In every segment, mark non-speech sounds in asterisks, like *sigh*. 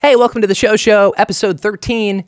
Hey, welcome to the show show, episode 13.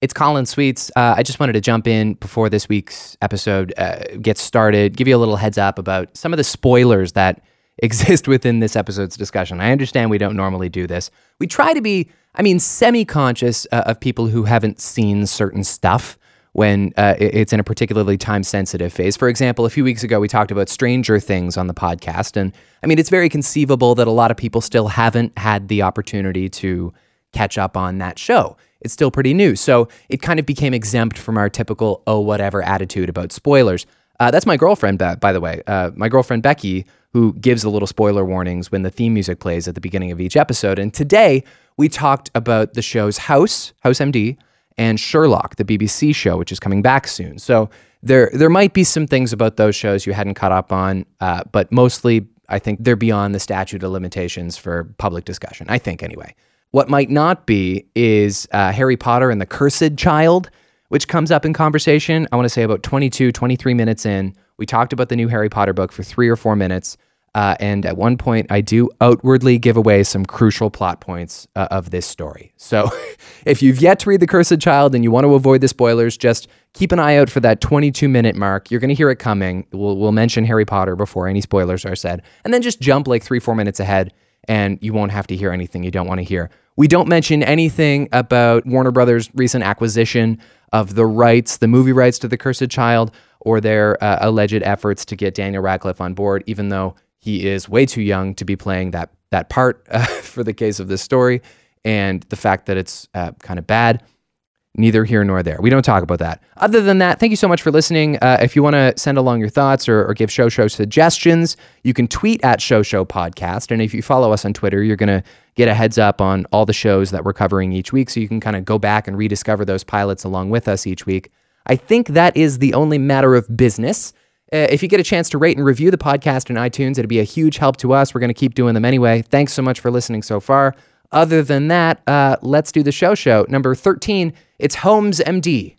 It's Colin Sweets. Uh, I just wanted to jump in before this week's episode uh, gets started, give you a little heads up about some of the spoilers that *laughs* exist within this episode's discussion. I understand we don't normally do this. We try to be, I mean, semi conscious uh, of people who haven't seen certain stuff when uh, it- it's in a particularly time sensitive phase. For example, a few weeks ago, we talked about Stranger Things on the podcast. And I mean, it's very conceivable that a lot of people still haven't had the opportunity to catch up on that show. It's still pretty new. So it kind of became exempt from our typical, oh, whatever attitude about spoilers. Uh, that's my girlfriend, by, by the way. Uh, my girlfriend, Becky, who gives the little spoiler warnings when the theme music plays at the beginning of each episode. And today we talked about the show's House, House MD, and Sherlock, the BBC show, which is coming back soon. So there there might be some things about those shows you hadn't caught up on, uh, but mostly I think they're beyond the statute of limitations for public discussion. I think anyway. What might not be is uh, Harry Potter and the Cursed Child, which comes up in conversation. I want to say about 22, 23 minutes in. We talked about the new Harry Potter book for three or four minutes. Uh, and at one point, I do outwardly give away some crucial plot points uh, of this story. So *laughs* if you've yet to read The Cursed Child and you want to avoid the spoilers, just keep an eye out for that 22 minute mark. You're going to hear it coming. We'll, we'll mention Harry Potter before any spoilers are said. And then just jump like three, four minutes ahead and you won't have to hear anything you don't want to hear. We don't mention anything about Warner Brothers' recent acquisition of the rights, the movie rights to The Cursed Child, or their uh, alleged efforts to get Daniel Radcliffe on board, even though he is way too young to be playing that that part *laughs* uh, for the case of this story, and the fact that it's uh, kind of bad neither here nor there. We don't talk about that. Other than that, thank you so much for listening. Uh, if you want to send along your thoughts or, or give Show Show suggestions, you can tweet at Show Show Podcast. And if you follow us on Twitter, you're going to get a heads up on all the shows that we're covering each week. So you can kind of go back and rediscover those pilots along with us each week. I think that is the only matter of business. Uh, if you get a chance to rate and review the podcast in iTunes, it'd be a huge help to us. We're going to keep doing them anyway. Thanks so much for listening so far. Other than that, uh, let's do the show show. Number 13, it's Holmes MD.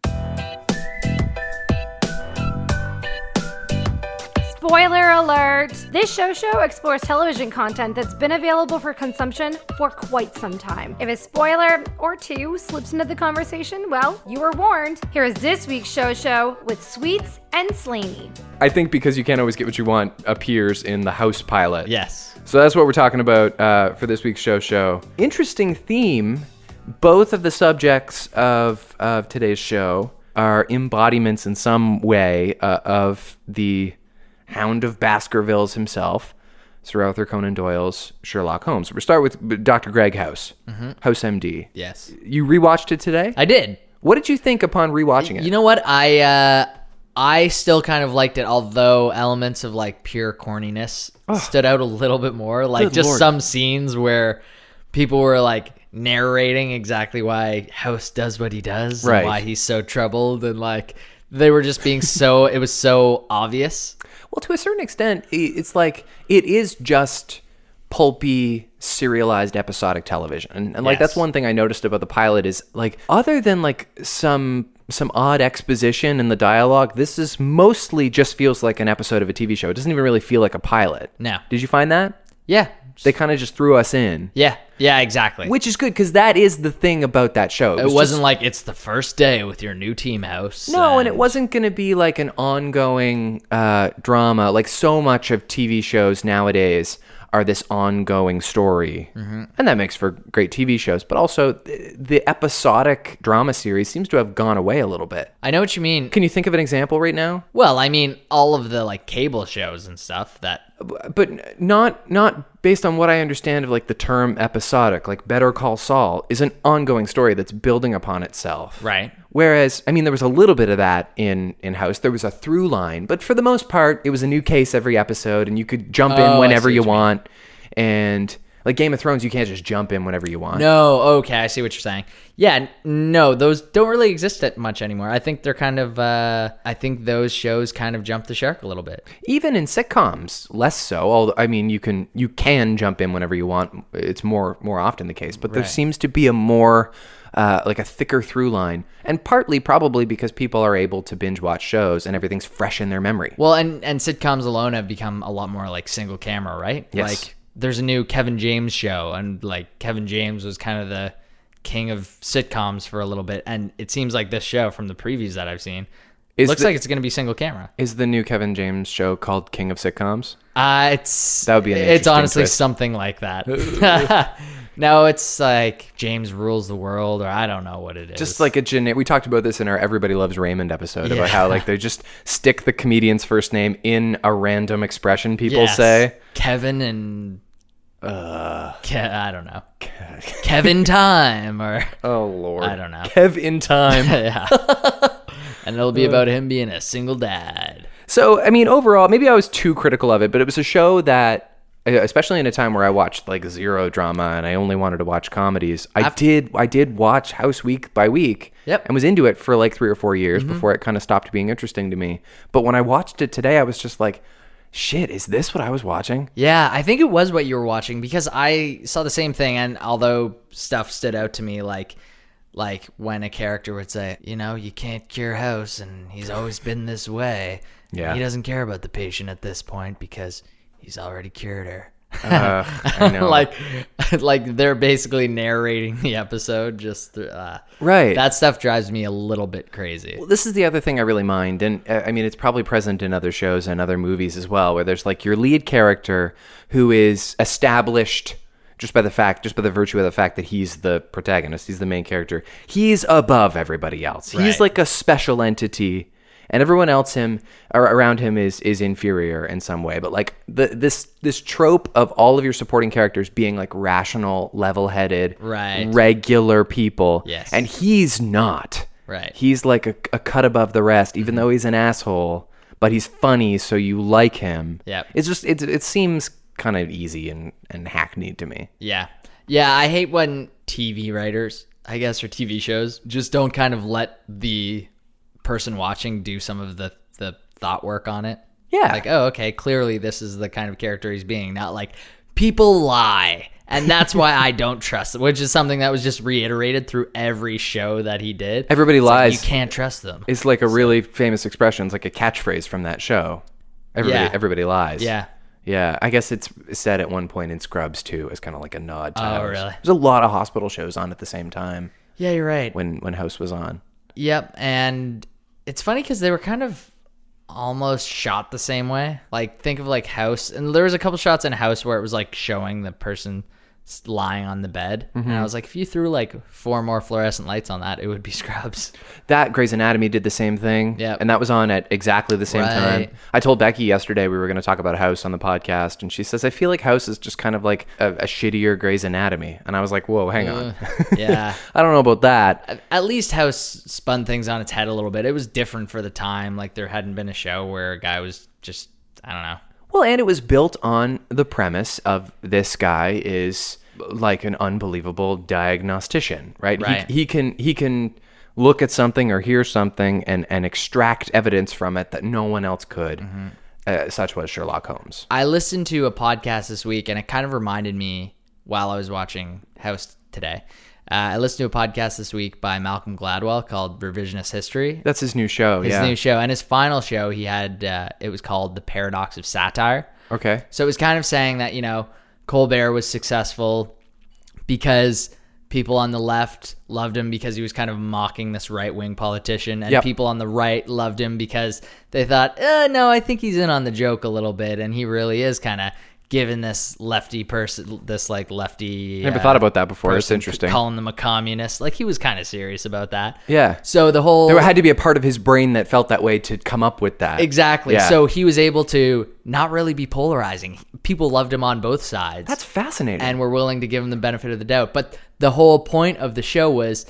Spoiler alert! This show show explores television content that's been available for consumption for quite some time. If a spoiler or two slips into the conversation, well, you were warned. Here is this week's show show with Sweets and Slaney. I think because you can't always get what you want appears in the house pilot. Yes. So that's what we're talking about uh, for this week's show show. Interesting theme. Both of the subjects of, of today's show are embodiments in some way uh, of the Hound of Baskervilles himself, Sir Arthur Conan Doyle's Sherlock Holmes. We'll start with Dr. Greg House, House MD. Yes. You rewatched it today? I did. what did you think upon rewatching it? You know what? I uh I still kind of liked it, although elements of like pure corniness stood out a little bit more. Like Good just lord. some scenes where people were like narrating exactly why House does what he does, Right. and why he's so troubled, and like they were just being so. it was so obvious. Well, to a certain extent, i- it's like it is just pulpy serialized episodic television. And, and, like that's Yes. one thing I noticed about the pilot is like other than like some some odd exposition in the dialogue, this is mostly just feels like an episode of a TV show. It doesn't even really feel like a pilot. No. Did you find that? Yeah. They kind of just threw us in. Yeah. Yeah. Exactly. Which is good because that is the thing about that show. it wasn't like it's the first day with your new team house. Uh, No, and was. it wasn't going to be like an ongoing uh, drama. Like so much of TV shows nowadays are this ongoing story. And that makes for great TV shows. But also, th- the episodic drama series seems to have gone away a little bit. I know what you mean. Can you think of an example right now? Well, I mean, all of the like cable shows and stuff that. But n- not not based on what I understand of like the term episodic. Like Better Call Saul is an ongoing story that's building upon itself. Right. Whereas, I mean, there was a little bit of that in in House. There was a through line, but for the most part, it was a new case every episode, and you could jump Oh, I in see whenever what you you mean. want. And like Game of Thrones, you can't just jump in whenever you want. No, okay, I see what you're saying. Yeah, n- no, those don't really exist that much anymore. I think they're kind of. uh I think those shows kind of jumped the shark a little bit. Even in sitcoms, less so. Although, I mean, you can you can jump in whenever you want. It's more more often the case, but there seems to be a more uh, like a thicker through line, and partly probably because people are able to binge watch shows and everything's fresh in their memory. Well, and and sitcoms alone have become a lot more like single camera, right? Yes. Like there's a new Kevin James show, and like Kevin James was kind of the king of sitcoms for a little bit, and it seems like this show from the previews that I've seen Is looks the- like it's going to be single camera. Is the new Kevin James show called King of Sitcoms? Uh, it's That would be an It's interesting honestly twist. something *laughs* like that. *laughs* no, it's like James rules the world, or I don't know what it is. Just like a generic. We talked about this in our Everybody Loves Raymond episode about how like they just stick the comedian's first name in a random expression people Yes. say. Kevin and uh, Ke- I don't know *laughs* Kevin time or Oh lord. I don't know. Kev in time. *laughs* yeah. and it'll be about him being a single dad. So, I mean, overall, maybe I was too critical of it, but it was a show that, e, especially in a time where I watched like zero drama and I only wanted to watch comedies, I did. I did watch House week by week, Yep. Mm-hmm. and was into it for like three or four years before it kind of stopped being interesting to me. But when I watched it today, I was just like, "Shit, is this what I was *laughs* watching?" Yeah, I think it was what you were watching because I saw the same thing and although stuff stood out to me like like when a character would say, you know, you can't cure House and he's always been this way. Yeah. He doesn't care about the patient at this point because he's already cured her. Ugh, Uh, *laughs* I know. like like they're basically narrating the episode just through, uh, right. that stuff drives me a little bit crazy. Well, this is the other thing I really mind, and uh, I mean it's probably present in other shows and other movies as well, where there's like your lead character who is established just by the fact, just by the virtue of the fact that he's the protagonist, he's the main character, he's above everybody else. He's Right. like a special entity, and everyone else him or around him is is inferior in some way. But like the this this trope of all of your supporting characters being like rational, level headed, Right. regular people, Yes. and he's not. Right. He's like a, a cut above the rest, Mm-hmm. even though he's an asshole, but he's funny, so you like him. Yep. It's just it it seems kind of easy and, and hackneyed to me. Yeah. Yeah, I hate when TV writers, I guess, or TV shows just don't kind of let the person watching do some of the, the thought work on it. Yeah. Like, oh, okay, clearly this is the kind of character he's being, not like people lie. And that's why I don't trust them, which is something that was just reiterated through every show that he did. Everybody It's like, lies. you can't trust them. It's like a really famous expression. It's like a catchphrase from that show. Everybody Yeah. everybody lies. Yeah. Yeah. I guess it's said at one point in Scrubs too as kind of like a nod to Oh, House. really? There's a lot of hospital shows on at the same time Yeah, you're right. when when House was on. Yep, and it's funny because they were kind of almost shot the same way. Like think of like House, and there was a couple shots in House where it was like showing the person s- lying on the bed, and I was like, if you threw like four more fluorescent lights on that, it would be *laughs* Scrubs. That Grey's Anatomy did the same thing. Yep. And that was on at exactly the same Right. time. I told Becky yesterday we were going to talk about House on the podcast, and she says, I feel like House is just kind of like a, a shittier Grey's Anatomy. And I was like, whoa, hang on. yeah. *laughs* I don't know about that. At- At least House spun things on its head a little bit. It was different for the time. Like there hadn't been a show where a guy was just I don't know. Well, and it was built on the premise of this guy is like an unbelievable diagnostician, right? Right. He, he can, he can look at something or hear something and, and extract evidence from it that no one else could. Mm-hmm. Uh, such was Sherlock Holmes. I listened to a podcast this week, and it kind of reminded me while I was watching House today. Uh, I listened to a podcast this week by Malcolm Gladwell called Revisionist History. That's his new show. His yeah. new show, and his final show, he had uh, it was called The Paradox of Satire. Okay. So it was kind of saying that, you know, Colbert was successful because people on the left loved him because he was kind of mocking this right wing politician. And Yep. people on the right loved him because they thought, uh, no, I think he's in on the joke a little bit. And he really is kind of giving this lefty person, this like lefty. uh, Never thought about that before. It's person interesting. Calling them a communist. Like he was kind of serious about that. Yeah. So the whole. There had to be a part of his brain that felt that way to come up with that. Exactly. Yeah. So he was able to not really be polarizing. People loved him on both sides. That's fascinating. and we're willing to give them the benefit of the doubt. But the whole point of the show was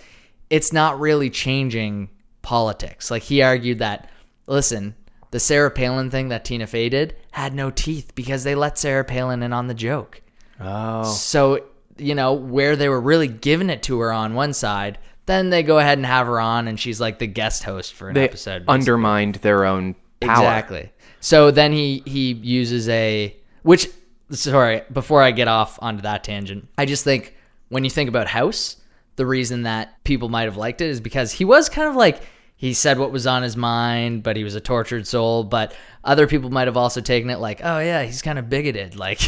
it's not really changing politics. Like he argued that, listen, the Sarah Palin thing that Tina Fey did had no teeth because they let Sarah Palin in on the joke. oh. So, you know, where they were really giving it to her on one side, then they go ahead and have her on and she's like the guest host for an They episode. undermined their own power. Exactly. So then he he uses a which sorry, before I get off onto that tangent, I just think when you think about House, the reason that people might have liked it is because he was kind of like he said what was on his mind, but he was a tortured soul, but other people might have also taken it like, "Oh yeah, he's kind of bigoted." *laughs* Like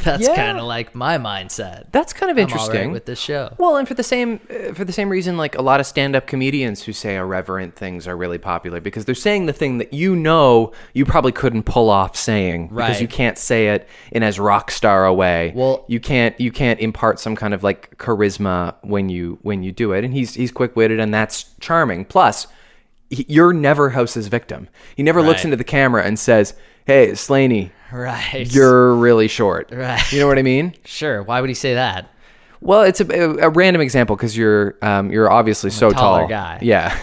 That's Yeah. kind of like my mindset. That's kind of I'm all right interesting. with this show. Well, and for the same uh, for the same reason, like a lot of stand-up comedians who say irreverent things are really popular because they're saying the thing that you know you probably couldn't pull off saying because Right. you can't say it in as rock star a way. Well- you can't you can't impart some kind of like charisma when you when you do it. And he's he's quick-witted and that's charming. Plus, he, you're never House's victim. He never looks Right. into the camera and says, "Hey, Slaney, Right. you're really short." Right. You know what I mean? sure. Why would he say that? Well, it's a, a, a random example because you're um, you're obviously so taller tall. guy. *laughs* Yeah,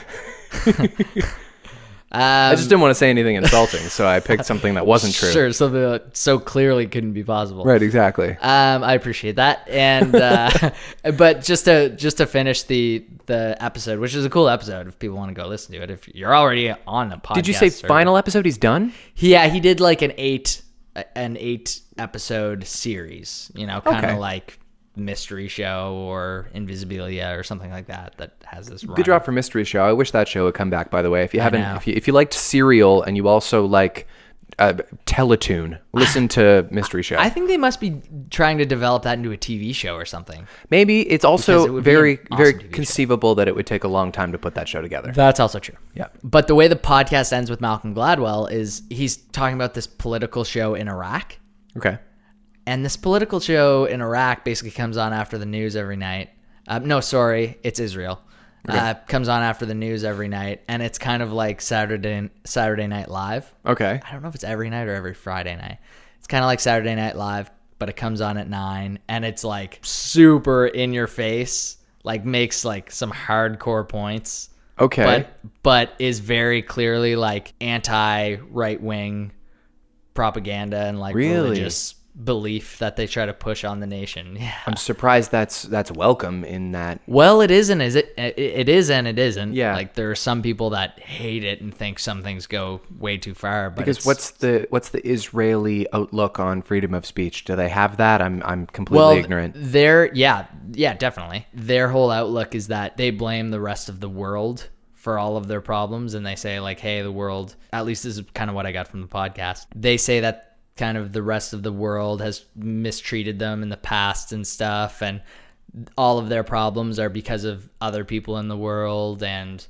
I just didn't want to say anything insulting, so I picked something that wasn't true. Um, Sure. Something that so clearly couldn't be possible. Right. Exactly. Um, I appreciate that, and *laughs* uh, *laughs* but just to just to finish the the episode, which is a cool episode. If people want to go listen to it, if you're already on the podcast, Did you say or- final episode? He's done. Yeah, he did like an eight an eight episode series. You know, kind of Okay. like mystery show or Invisibilia or something like that that has this. Good job for mystery show. I wish that show would come back. By the way, if you haven't, know. if you, if you liked Serial and you also like uh, Teletoon, *sighs* listen to mystery show. I think they must be trying to develop that into a TV show or something. Maybe it's Because it also would be very an awesome very TV show. conceivable that it would take a long time to put that show together. That's also true. Yeah. But the way the podcast ends with Malcolm Gladwell is he's talking about this political show in Iraq. Okay. And this political show in Iraq basically comes on after the news every night. Uh, no, sorry, it's Israel. Uh, comes on after the news every night, and it's kind of like Saturday Saturday Night Live. Okay. I don't know if it's every night or every Friday night. It's kind of like Saturday Night Live, but it comes on at nine, and it's like super in your face. Like makes like some hardcore points Okay. but but is very clearly like anti right wing propaganda and like Really? religious belief that they try to push on the nation. *laughs* Yeah. I'm surprised that's that's welcome in that Well, it isn't. Is it? It it is and it isn't. Yeah. Like there are some people that hate it and think some things go way too far. But Because it's- what's the what's the Israeli outlook on freedom of speech? Do they have that? I'm I'm completely well, ignorant. Their yeah yeah definitely their whole outlook is that they blame the rest of the world for all of their problems, and they say like, hey, the world. At least this is kind of what I got from the podcast. They say that kind of the rest of the world has mistreated them in the past and stuff, and all of their problems are because of other people in the world and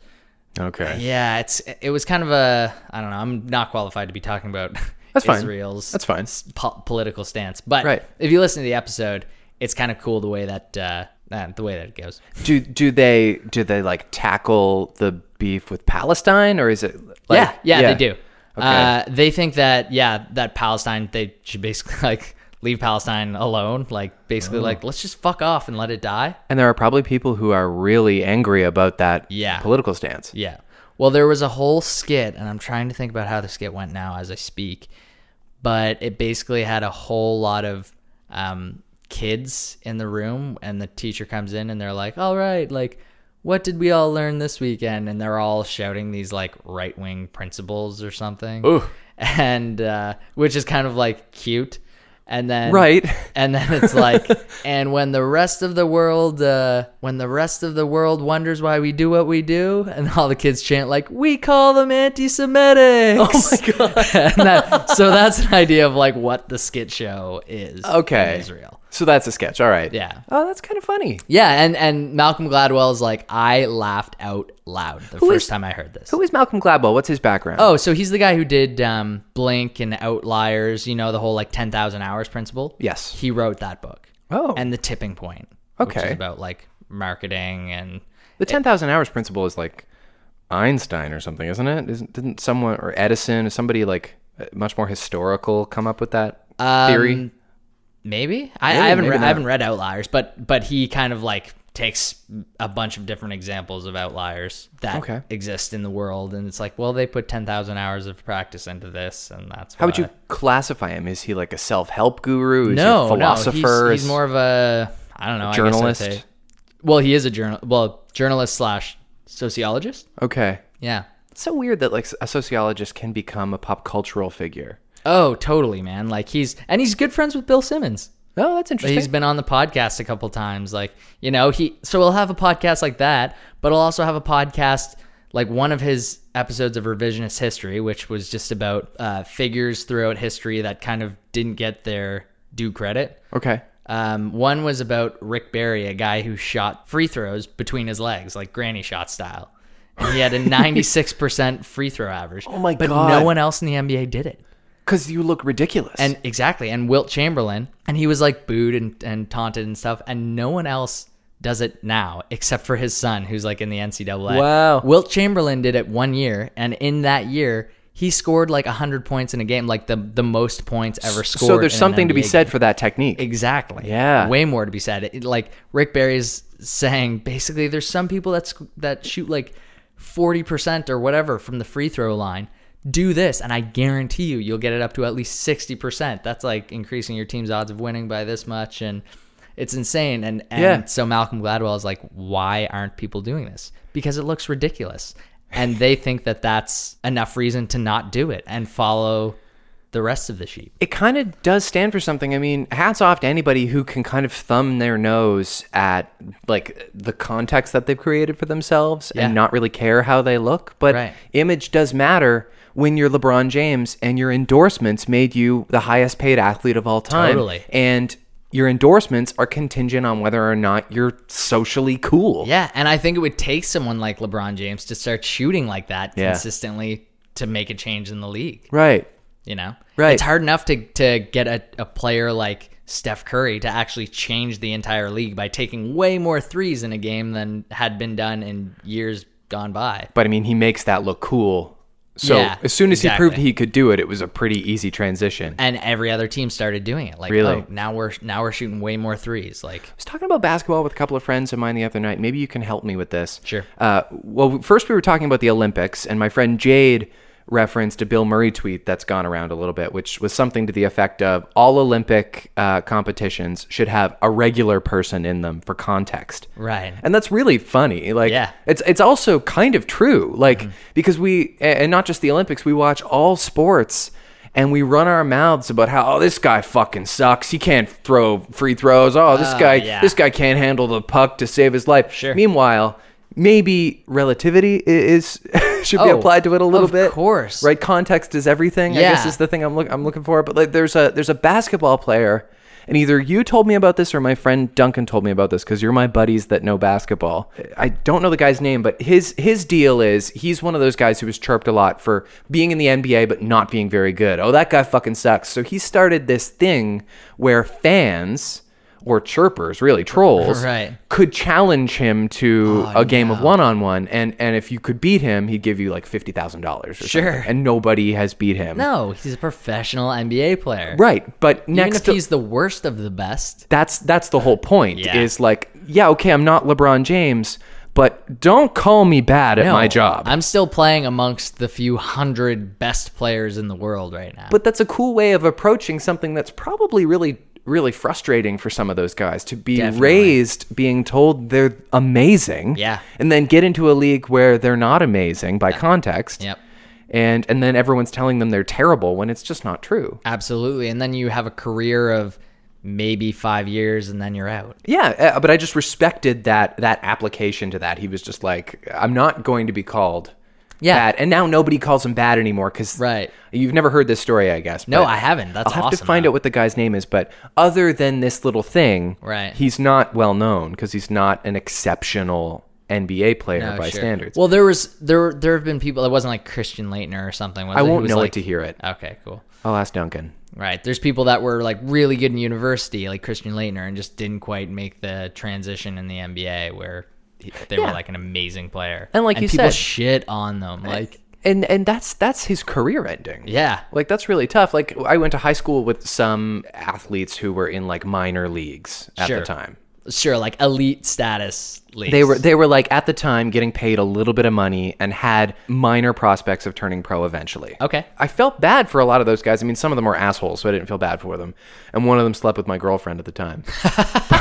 Okay. yeah, it's it was kind of a I don't know. I'm not qualified to be talking about That's fine. Israel's That's fine. s- po- political stance, but Right. if you listen to the episode, it's kind of cool the way that uh, uh, the way that it goes. Do do they do they like tackle the beef with Palestine or is it like yeah, yeah, they do. Uh, Okay. they think that yeah, that Palestine they should basically *laughs* like leave Palestine alone, like basically Oh. like let's just fuck off and let it die. And there are probably people who are really angry about that Yeah. political stance. Yeah. *laughs* Well, there was a whole skit, and I'm trying to think about how the skit went now as I speak, but it basically had a whole lot of um, kids in the room, and the teacher comes in and they're like, all right, like, what did we all learn this weekend? And they're all shouting these like right wing principles or something. And uh, which is kind of like cute. And then Right. and then it's *laughs* like and when the rest of the world uh, when the rest of the world wonders why we do what we do and all the kids chant like we call them anti-semitic oh my god *laughs* so that's an idea of like what the skit show is Okay. in israel So that's a sketch. All right. Yeah. Oh, that's kind of funny. yeah and and malcolm gladwell is like i laughed out loud the first is- time i heard this Who is Malcolm Gladwell? What's his background? Oh, so he's the guy who did um, Blink and Outliers, you know, the whole like 10,000 hours principle. Yes. He wrote that book. Oh. And The Tipping Point. Which Okay. is about like marketing and. the ten thousand hours principle is like Einstein or something, isn't it? Isn't didn't someone or Edison or somebody like uh, much more historical come up with that theory? Um, Maybe I, Maybe, I haven't maybe re- I not. haven't read Outliers, but but he kind of like takes a bunch of different examples of outliers that Okay. exist in the world, and it's like, well, they put ten thousand hours of practice into this, and that's How would why. you classify him? Is he like a self-help guru? Is Uh, no, he a philosopher? No, he's, Is- he's more of a I don't know I guess I'd journalist? say- well, he is a journal. Well, journalist slash sociologist. okay. Yeah. It's so weird that like a sociologist can become a pop cultural figure. Oh, totally, man. Like he's and he's good friends with Bill Simmons. Oh, that's But interesting. He's been on the podcast a couple times. Like, you know, he so he'll have a podcast like that, but he'll also have a podcast like one of his episodes of revisionist history, which was just about uh, figures throughout history that kind of didn't get their due credit. Okay. Um, one was about Rick Barry, a guy who shot free throws between his legs, like granny shot style. And *laughs* he had a 96% free throw average. Oh my but God. no one else in the NBA did it. Because you look ridiculous. And exactly, and Wilt Chamberlain, and he was like booed and, and taunted and stuff, and no one else does it now except for his son, who's like in the NCAA. Wow. Wilt Chamberlain did it one year, and in that year, he scored like hundred points in a game, like the the most points ever scored. so there's in an something to be NBA said for that technique. Exactly. Yeah. Way more to be said. It- like Rick Barry's saying, basically, there's some people that sc- that shoot like forty percent or whatever from the free throw line. Do this, and I guarantee you, you'll get it up to at least sixty percent. That's like increasing your team's odds of winning by this much, and it's insane. And and Yeah. so Malcolm Gladwell is like, why aren't people doing this? Because it looks ridiculous, and they think that that's enough reason to not do it and follow the rest of the sheep. it kind of does stand for something. I mean, hats off to anybody who can kind of thumb their nose at like the context that they've created for themselves Yeah. and not really care how they look. But Right. image does matter when you're LeBron James and your endorsements made you the highest paid athlete of all time. Totally. And your endorsements are contingent on whether or not you're socially cool. Yeah, and I think it would take someone like LeBron James to start shooting like that Yeah. consistently to make a change in the league. Right. You know, Right. It's hard enough to to get a, a player like Steph Curry to actually change the entire league by taking way more threes in a game than had been done in years gone by. But I mean, he makes that look cool. So Yeah, as soon as exactly. he proved he could do it, it was a pretty easy transition. And every other team started doing it. Like, Really? oh, now we're now we're shooting way more threes. Like, was talking about basketball with a couple of friends of mine the other night. Maybe you can help me with this. Sure. Uh, well, first we were talking about the Olympics, and my friend Jade referenced a Bill Murray tweet that's gone around a little bit, which was something to the effect of all Olympic uh, competitions should have a regular person in them for context. Right. And that's really funny. Like, Yeah. Mm-hmm. it's it's also kind of true. Like because we a- and not just the Olympics, we watch all sports and we run our mouths about how oh this guy fucking sucks. He can't throw free throws. Oh, this guy yeah. this guy can't handle the puck to save his life. Sure. Meanwhile, maybe relativity i- is *laughs* should be Oh, applied to it a little of bit. course. Right? Context is everything. I guess Yeah. is the thing I'm look I'm looking for. But like there's a there's a basketball player and either you told me about this or my friend Duncan told me about this because you're my buddies that know basketball. I don't know the guy's name, but his his deal is he's one of those guys who was chirped a lot for being in the NBA but not being very good. Oh, that guy fucking sucks. So he started this thing where fans or chirpers, really trolls, *laughs* Right. Oh, could challenge him to a game of one on one, and and if you could beat him, he'd give you like fifty thousand dollars. Sure. something. and nobody has beat him. no, he's a professional NBA player. Right, but Even next if to- he's the worst of the best. that's that's the whole point Yeah. is like yeah okay i'm not lebron james but don't call me bad at No, my job Oh, I'm still playing amongst the few hundred best players in the world right now. but that's a cool way of approaching something that's probably really really frustrating for some of those guys to be Definitely. raised being told they're amazing Yeah. and then get into a league where they're not amazing by context Yep. and and then everyone's telling them they're terrible when it's just not true Absolutely. And then you have a career of maybe five years and then you're out. Yeah, uh, but I just respected that that application to that. He was just like, I'm not going to be called Yeah. bad, and now nobody calls him bad anymore because Right. You've never heard this story, I guess. No, but I haven't. That's I'll have to awesome, find though. out what the guy's name is, but other than this little thing, Right. He's not well known because he's not an exceptional NBA player Oh, by sure. standards. Well, there was there there have been people. It wasn't like Christian Leitner or something. Was I it, who won't was know like- it to hear it. Okay, cool. I'll ask Duncan. Right. There's people that were like really good in university, like Christian Leitner, and just didn't quite make the transition in the NBA where he- they were like an amazing player. And like you people said- shit on them. Like, and and that's that's his career ending. yeah. Like that's really tough. Like I went to high school with some athletes who were in like minor leagues at the Sure. time. sure, like elite status leagues. They were they were like at the time getting paid a little bit of money and had minor prospects of turning pro eventually. okay. I felt bad for a lot of those guys. I mean, some of them were assholes, so I didn't feel bad for them. And one of them slept with my girlfriend at the *laughs* time.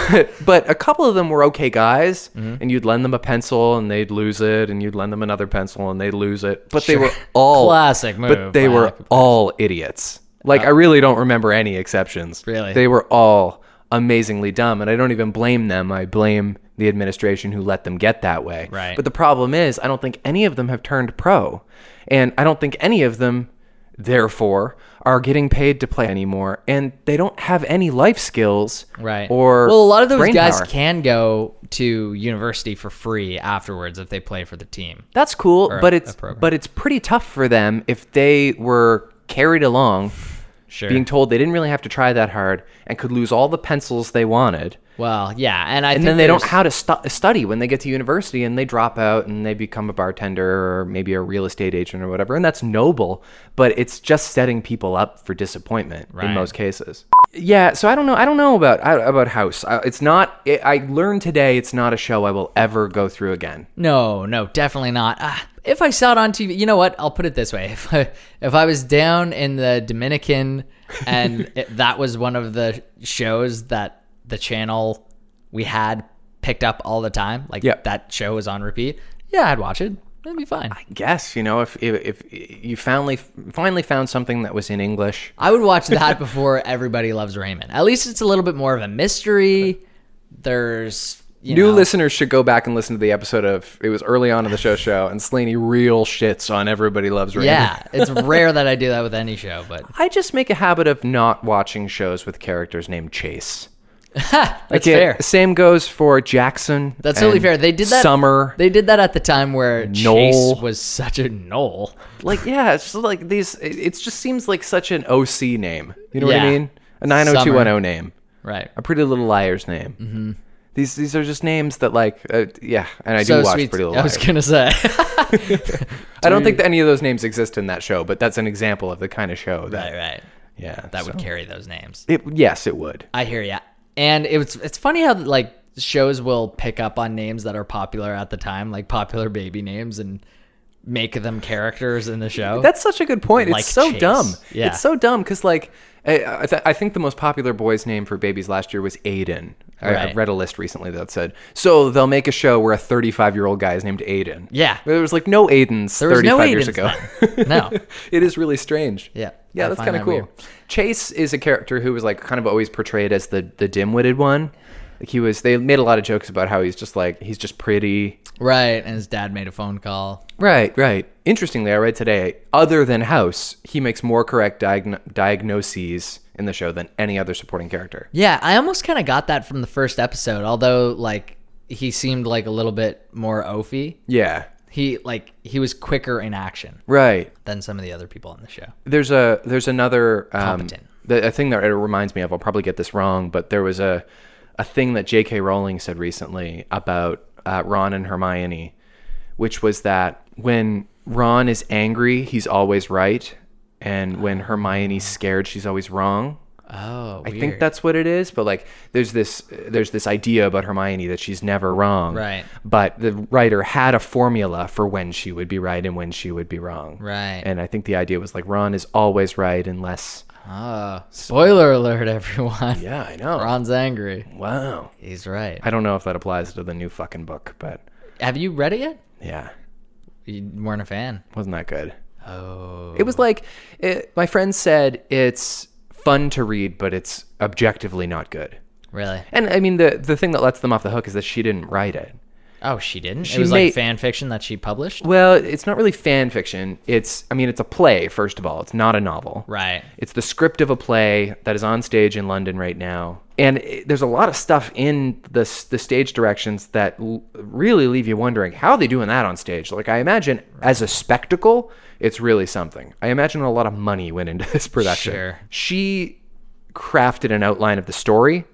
but, but a couple of them were okay guys, Mm-hmm. and you'd lend them a pencil and they'd lose it, and you'd lend them another pencil and they'd lose it. But they were all Classic move Oh, But they by were Huckabee. all idiots. Like I really don't remember any exceptions. Uh, Really? they were all amazingly dumb, and I don't even blame them. I blame the administration who let them get that way. Right. But the problem is, I don't think any of them have turned pro, and I don't think any of them therefore are getting paid to play anymore and they don't have any life skills Right. or well, a lot of those brain guys power. can go to university for free afterwards if they play for the team. That's cool, a- but a it's program. but it's pretty tough for them if they were carried along, Sure. being told they didn't really have to try that hard and could lose all the pencils they wanted, well, yeah, and I and think then they don't there's- how to stu- study when they get to university and they drop out and they become a bartender or maybe a real estate agent or whatever, and that's noble, but it's just setting people up for disappointment Right. in most cases. Yeah, so I don't know. I don't know about I- about House. I, it's not. i I learned today. It's not a show I will ever go through again. No, no, definitely not. Ah, if I saw it on TV, you know what? I'll put it this way: *laughs* if I, if I was down in the Dominican and *laughs* it, that was one of the shows that the channel we had picked up all the time, like Yep. that show was on repeat, yeah, I'd watch it. It'd be fine. guess you know if if, if you finally finally found something that was in English. I would watch that before Everybody Loves Raymond. At least it's a little bit more of a mystery. There's you New know, listeners should go back and listen to the episode of it was early on in the show show and Slaney real shits on Everybody Loves Raymond. Yeah, *laughs* it's rare that I do that with any show, but I just make a habit of not watching shows with characters named Chase. that's Like, it- fair. Same goes for Jackson. That's totally and fair. They did that. Summer. They did that at the time where Knoll. Chase was such a knoll. like yeah, it's just like these. It, it just seems like such an OC name. You know what Yeah. I mean? A nine hundred two one zero name. Right. A Pretty Little Liars name. Mm-hmm. These these are just names that like uh, yeah, and I do watch Pretty Little I Liars. was *laughs* gonna say. I don't think that any of those names exist in that show, but that's an example of the kind of show that right. Right. yeah That would carry those names. It, yes, it would. I hear ya. And it was. It's funny how like shows will pick up on names that are popular at the time, like popular baby names, and make them characters in the *laughs* show. That's such a good point. Like it's so Chase. dumb. Yeah. It's so dumb because like I, I, th- I think the most popular boy's name for babies last year was Aiden. I, I Right. read a list recently that said so they'll make a show where a 35 year old guy is named Aiden. Yeah. there was like no Aidens there was 35 no years ago. Aidens then. no. *laughs* it is really strange. Yeah, Yeah, I that's find kind of that cool. weird. Chase is a character who was like kind of always portrayed as the the dim-witted one. Like he was they made a lot of jokes about how he's just like he's just pretty. Right. And his dad made a phone call. Right, right. Interestingly, I read today other than House, he makes more correct diagn- diagnoses in the show than any other supporting character. Yeah, I almost kind of got that from the first episode, although like he seemed like a little bit more oafy. Yeah. He like he was quicker in action Right. than some of the other people on the show. there's a there's another um, Competent. the, a thing that it reminds me of. I'll probably get this wrong, but there was a a thing that J.K. Rowling said recently about uh, Ron and Hermione, which was that when Ron is angry, he's always right, and when Hermione's scared, she's always wrong. Oh, I think that's what it is, but like there's this there's this idea about Hermione that she's never wrong. Right. But the writer had a formula for when she would be right and when she would be wrong. Right. And I think the idea was like Ron is always right unless Oh, spoiler alert, everyone. Yeah, I know. *laughs* Ron's angry. Wow. He's right. I don't know if that applies to the new fucking book, but Have you read it yet? yeah. You weren't a fan. Wasn't that good? Oh, It was like it, my friend said it's fun to read, but it's objectively not good. really? And I mean the the thing that lets them off the hook is that she didn't write it. Oh, she didn't. She it was made- like fan fiction that she published. Well, it's not really fan fiction. It's, I mean, it's a play, first of all. It's not a novel. Right. It's the script of a play that is on stage in London right now. And it- there's a lot of stuff in the, s- the stage directions that l- really leave you wondering how are they doing that on stage? Like, I imagine as a spectacle, it's really something. I imagine a lot of money went into this production. Sure. She crafted an outline of the story,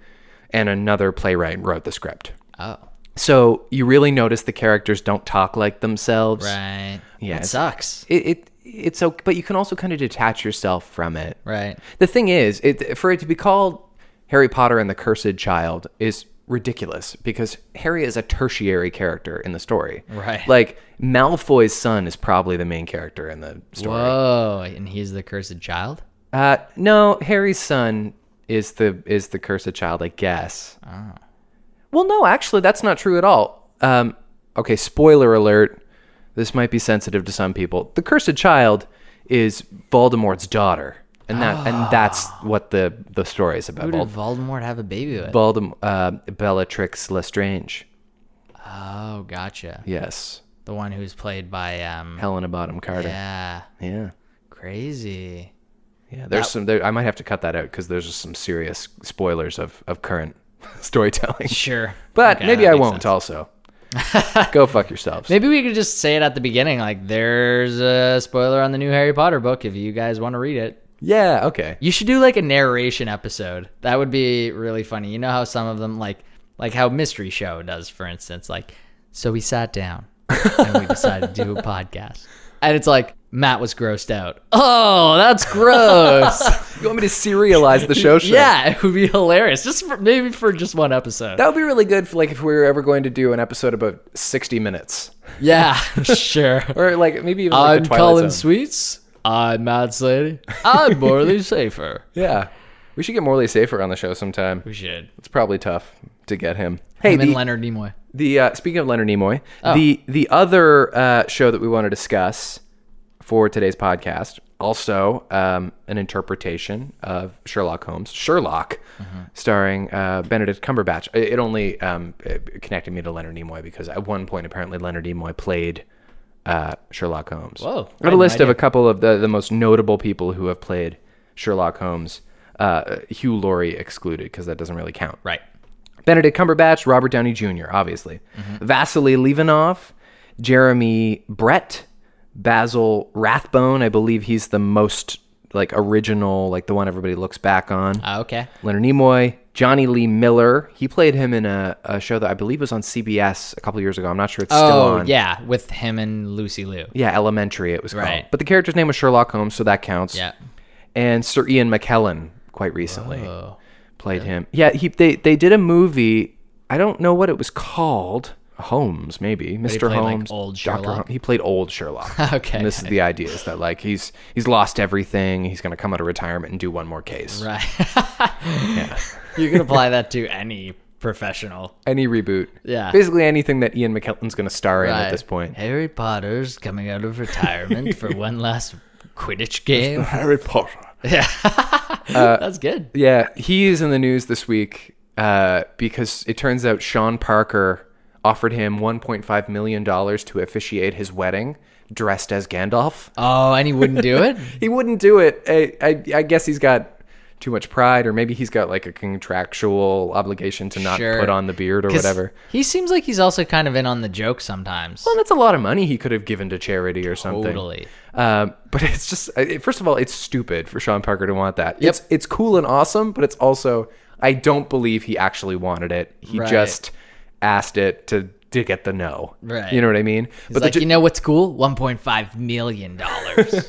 and another playwright wrote the script. Oh, So you really notice the characters don't talk like themselves right. Yeah, It it's- sucks. it, it it's okay, but you can also kind of detach yourself from it. Right. The thing is, it for it to be called Harry Potter and the Cursed Child is ridiculous because Harry is a tertiary character in the story. Right. Like Malfoy's son is probably the main character in the story. Whoa, and he's the cursed child. Uh, no, Harry's son is the is the cursed child, I guess. Ah. Well, no, actually, that's not true at all. Um, okay, spoiler alert. This might be sensitive to some people. The cursed child is Voldemort's daughter, and that and that's what the the story is about. Ah. Who did Vold- Voldemort have a baby with? Voldem- uh, Bellatrix Lestrange. oh, gotcha. Yes, The one who's played by um Helena Bottom Carter. yeah, Yeah. Crazy. Yeah, there's some. There, I might have to cut that out because there's just some serious spoilers of of current *laughs* storytelling. Sure. But Okay, maybe I that makes won't. sense. *laughs* Also, go fuck yourselves. Maybe we could just say it at the beginning. Like, there's a spoiler on the new Harry Potter book if you guys want to read it. Yeah. *laughs* Okay. You should do like a narration episode. That would be really funny. You know how some of them like like how Mystery Show does, for instance, like so we sat down and we decided to do a podcast. And it's like Matt was grossed out. Oh, that's *laughs* gross. You want me to serialize the show? show? yeah, it would be hilarious. Just for, maybe for just one episode. That would be really good for like if we were ever going to do an episode about 60 minutes Yeah, *laughs* sure. or like maybe even like I'm the Twilight Zone. Colin Sweets. I'm Matt Slady. I'm *laughs* Morley Safer. Yeah. We should get Morley Safer on the show sometime. We should. It's probably tough to get him. Hey, Him and the, Leonard Nimoy. the uh, speaking of Leonard Nimoy, the the other uh, show that we want to discuss for today's podcast, also um, an interpretation of Sherlock Holmes, Sherlock, starring uh, Benedict Cumberbatch. It, it only um, it connected me to Leonard Nimoy because at one point apparently Leonard Nimoy played uh, Sherlock Holmes. Whoa, I have a list of a couple of the, the most notable people who have played Sherlock Holmes. Uh, Hugh Laurie excluded because that doesn't really count. Right. Benedict Cumberbatch, Robert Downey Jr., obviously. Mm-hmm. Vasily Levinov, Jeremy Brett, Basil Rathbone. I believe he's the most like original, like the one everybody looks back on. Ah, okay. Leonard Nimoy, Johnny Lee Miller. He played him in a, a show that I believe was on CBS a couple years ago. I'm not sure it's still Oh, on. yeah, with him and Lucy Liu. Yeah, Elementary it was called. Right. But the character's name was Sherlock Holmes, so that counts. Yeah. And Sir Ian McKellen quite recently Oh. played him. Yeah, he they they did a movie. I don't know what it was called. Holmes, maybe Mr. played, like, Holmes, old Dr. Sherlock? Holmes. He played old Sherlock. *laughs* Okay. and this is the idea is that like he's he's lost everything. He's going to come out of retirement and do one more case. Right. You can apply that to any professional. Any reboot, Yeah. basically anything that Ian McKellen's going to star in *laughs* at Right. this point. Harry Potter's coming out of retirement *laughs* for one last Quidditch game. Harry Potter. Uh, That's good. Yeah, he is in the news this week uh, because it turns out Sean Parker offered him 1.5 million dollars to officiate his wedding dressed as Gandalf. Oh, and he wouldn't *laughs* do it? He wouldn't do it. I, I, I guess he's got too much pride, or maybe he's got like a contractual obligation to not Sure. put on the beard or 'Cause whatever. He seems like he's also kind of in on the joke sometimes. Well, that's a lot of money he could have given to charity or something. Totally. Um, but *laughs* it's just, I- first of all, it's stupid for Sean Parker to want that. It's it's cool and awesome, but it's also, I don't believe he actually wanted it. He Right. just asked it to to get the no. Right. You know what I mean? But the like, ju- you know what's cool? $1.5 million. *laughs*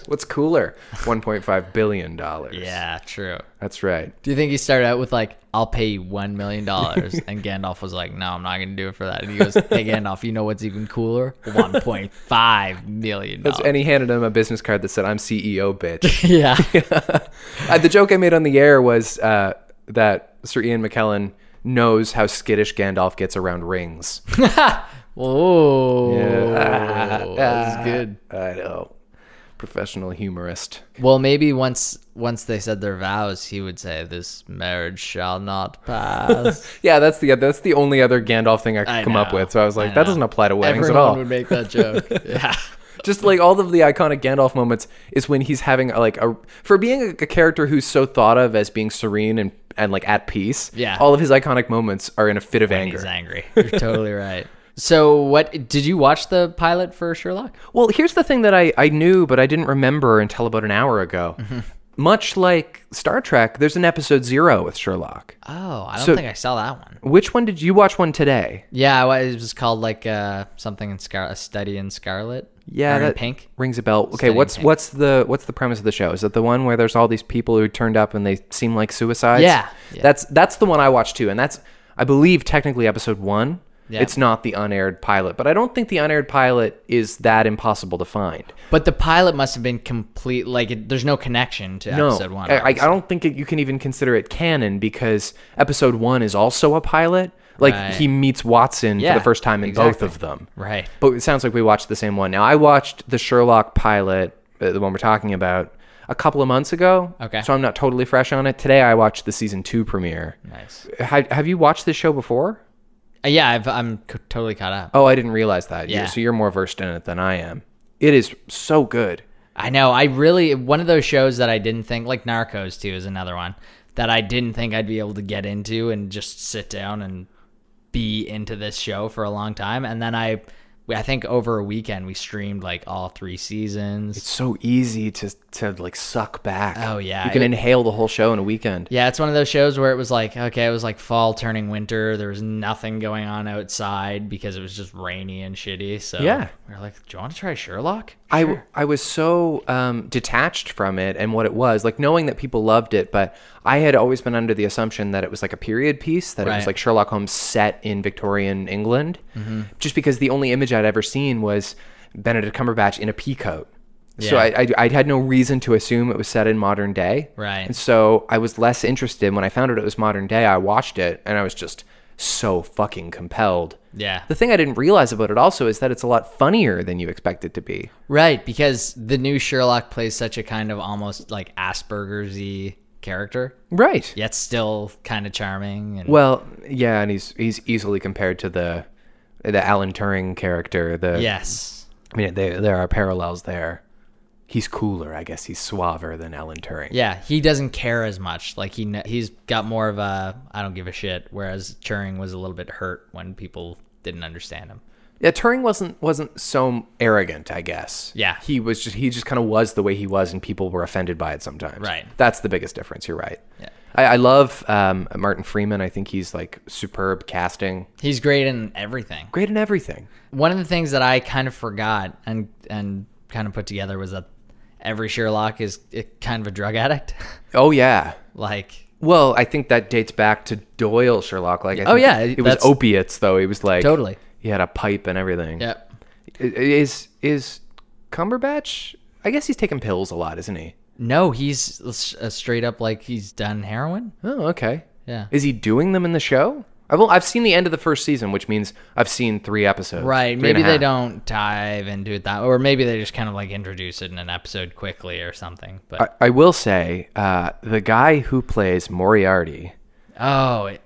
what's *laughs* cooler? One point five billion dollars. yeah, true. that's right. Do you think he started out with like, "I'll pay you one million *laughs* dollars," and Gandalf was like, "No, I'm not gonna do it for that." And he goes, "Hey Gandalf, you know what's even cooler? One point five million That's, dollars." and he handed him a business card that said, "I'm CEO, bitch." *laughs* Yeah, Uh, the joke I made on the air was uh, that Sir Ian McKellen knows how skittish Gandalf gets around rings. Oh, Yeah. that's good. I know. Professional humorist. Well, maybe once once they said their vows, he would say, "This marriage shall not pass." *laughs* Yeah, that's the that's the only other Gandalf thing I could I come up know. with. So I was like, I that know. doesn't apply to weddings Everyone at all. would make that joke. *laughs* yeah, Just like all of the iconic Gandalf moments is when he's having like a for being a, a character who's so thought of as being serene and and like at peace. Yeah. all of his iconic moments are in a fit of anger. he's angry. *laughs* You're totally right. So, what did you watch the pilot for Sherlock? Well, here's the thing that I, I knew, but I didn't remember until about an hour ago. Mm-hmm. Much like Star Trek, there's an episode zero with Sherlock. Oh, I don't So- think I saw that one. Which one did you watch one today? Yeah, well, it was called like uh, something in Scar, a study in Scarlet. Yeah, or in that Pink. rings a bell. Okay, Studying what's Pink. what's the what's the premise of the show? Is it the one where there's all these people who turned up and they seem like suicides? Yeah, yeah. that's that's the one I watched too, and that's I believe technically episode one. Yeah. It's not the unaired pilot, but I don't think the unaired pilot is that impossible to find. But the pilot must have been complete. Like, it, there's no connection to No, episode one. I, I I obviously. don't think it, you can even consider it canon because episode one is also a pilot. Like Right. he meets Watson Yeah, for the first time in both exactly. of them. Right. But it sounds like we watched the same one. Now I watched the Sherlock pilot, uh, the one we're talking about, a couple of months ago. Okay. So I'm not totally fresh on it. Today I watched the season two premiere. Nice. Have, have you watched this show before? Uh, yeah, I've, I'm c- totally caught up. Oh, I didn't realize that. You- Yeah. So you're more versed in it than I am. It is so good. I know. I really one of those shows that I didn't think like Narcos too is another one that I didn't think I'd be able to get into and just sit down and be into this show for a long time. And then I, I think over a weekend we streamed like all three seasons. It's so easy to to like suck back. Oh, yeah. you can It- inhale the whole show in a weekend. Yeah, it's one of those shows where it was like, okay, it was like fall turning winter. There was nothing going on outside because it was just rainy and shitty. So Yeah. we are like, do you want to try Sherlock? I I was so um, detached from it and what it was like, knowing that people loved it, but I had always been under the assumption that it was like a period piece, that it was Right. Mm-hmm. like Sherlock Holmes set in Victorian England, just because the only image I'd ever seen was Benedict Cumberbatch in a pea coat. So Yeah. I, I I had no reason to assume it was set in modern day. Right. And so I was less interested when I found out it was modern day. I watched it and I was just so fucking compelled. Yeah. The thing I didn't realize about it also is that it's a lot funnier than you expect it to be. Right, because the new Sherlock plays such a kind of almost like Asperger's y character, Right. yet still kind of charming. And Well, yeah, and he's he's easily compared to the the Alan Turing character. The yes. I mean, there there are parallels there. He's cooler, I guess. He's suaver than Alan Turing. Yeah, he doesn't care as much. Like he kn- he's got more of a I don't give a shit. Whereas Turing was a little bit hurt when people didn't understand him. Yeah, Turing wasn't wasn't so arrogant, I guess. Yeah. he was just he just kind of was the way he was, and people were offended by it sometimes. Right. that's the biggest difference. You're right. Yeah. I, I love um, Martin Freeman. I think he's like superb casting, He's great in everything. great in everything. One of the things that I kind of forgot and and kind of put together was that every Sherlock is eh, kind of a drug addict. *laughs* Oh yeah. like Well, I think that dates back to Doyle Sherlock. Like, I Oh, think yeah, it was that's- opiates though. He was like Totally. He had a pipe and everything. yep. I- Is is Cumberbatch? I guess he's taking pills a lot, isn't he? No, he's s- a straight up like he's done heroin. Oh, okay. Yeah. Is he doing them in the show? I will, I've seen the end of the first season, which means I've seen three episodes. Right. three and Maybe a they half. don't dive into it that, or maybe they just kind of like introduce it in an episode quickly or something. But I, I will say uh, the guy who plays Moriarty, oh, it,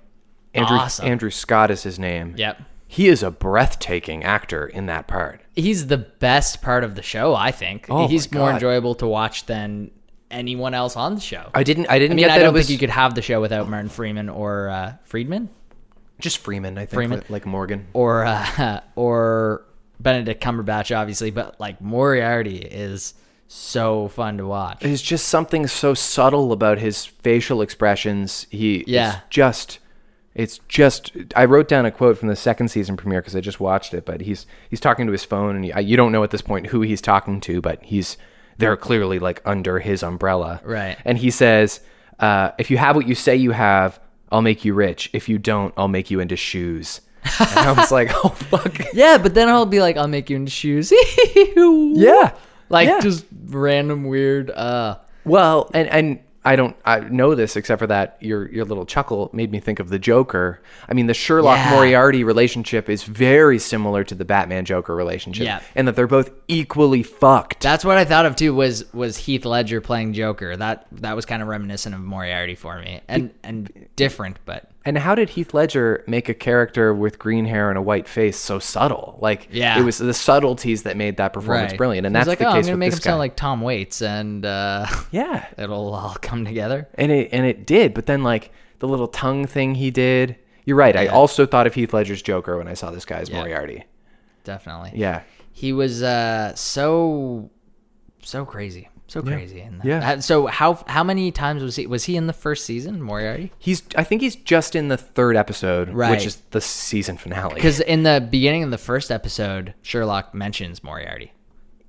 Andrew, Awesome. Andrew Scott is his name. yep. He is a breathtaking actor in that part. He's the best part of the show, I think. Oh my he's more God. enjoyable to watch than anyone else on the show. I didn't. I didn't I mean, get I that don't it was think you could have the show without Martin Freeman or uh, Friedman just Freeman. I think Freeman. like- like Morgan. or uh, *laughs* or Benedict Cumberbatch, obviously. But like Moriarty is so fun to watch. There's just something so subtle about his facial expressions. He Yeah. it's just it's just I wrote down a quote from the second season premiere cuz I just watched it, but he's he's talking to his phone and he, I, you don't know at this point who he's talking to, but he's they're clearly like under his umbrella. Right. And he says, uh, if you have what you say you have, I'll make you rich. If you don't, I'll make you into shoes. and I was like, *laughs* "Oh *laughs* fuck." Yeah, but then I'll be like, I'll make you into *laughs* shoes. Yeah. like Yeah. just random weird. Uh, Well, and and I don't I know this except for that your your little chuckle made me think of the Joker. I mean, the Sherlock Yeah. Moriarty relationship is very similar to the Batman Joker relationship, Yeah. and that they're both equally fucked. that's what I thought of too. Was was Heath Ledger playing Joker? That that was kind of reminiscent of Moriarty for me, and and different, but And how did Heath Ledger make a character with green hair and a white face so subtle? Like, Yeah. it was the subtleties that made that performance brilliant, and He's that's like, the oh, I'm case gonna with make this him guy. sound like Tom Waits, and uh, *laughs* yeah, *laughs* it'll all come together. and it and it did. But then like the little tongue thing he did. You're right. I also thought of Heath Ledger's Joker when I saw this guy as Moriarty. Definitely. Yeah. He was uh, so so crazy, so crazy. In that. Yeah. Uh, So how how many times was he was he in the first season, Moriarty? He's I think he's just in the third episode, Right. which is the season finale. Because in the beginning of the first episode, Sherlock mentions Moriarty.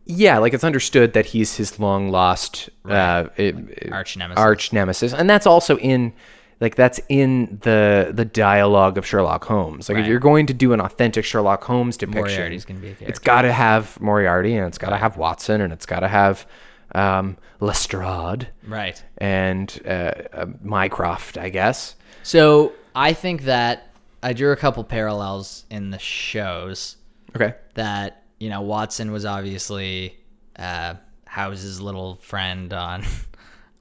yeah, like it's understood that he's his long lost uh, it- arch nemesis. arch nemesis, and that's also in like that's in the the dialogue of Sherlock Holmes. Like Right. if you're going to do an authentic Sherlock Holmes depiction, Moriarty's gonna be a character. it's got to have Moriarty, and it's got to have Watson, and it's got to have um, Lestrade Right. and uh, uh, Mycroft, I guess. So I think that I drew a couple parallels in the shows Okay. that you know Watson was obviously uh, House's little friend *laughs* on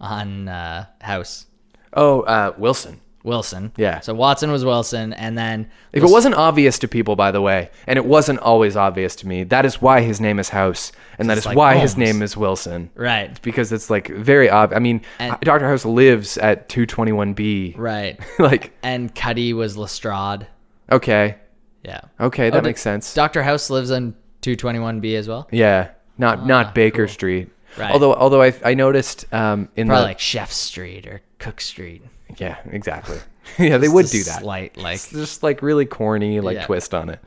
on uh, House. Oh, uh, Wilson. Wilson. Yeah. So Watson was Wilson, and then If it wasn't obvious to people, by the way, and it wasn't always obvious to me, that is why his name is House, and that is like why his Holmes. name is Wilson. right, Because it's like very obvious. I mean, And- Dr. House lives at 221B. right, *laughs* like, and Cuddy was Lestrade. okay. Yeah. Okay, that the- makes sense. Doctor House lives on 221B as well. yeah. Not not Baker Street. Ah, Right. Although although I, I noticed um, in Probably the like Chef Street or Cook Street. yeah exactly *laughs* yeah they would do that Slight like It's just like really corny like Yeah. Mm-hmm. twist on it.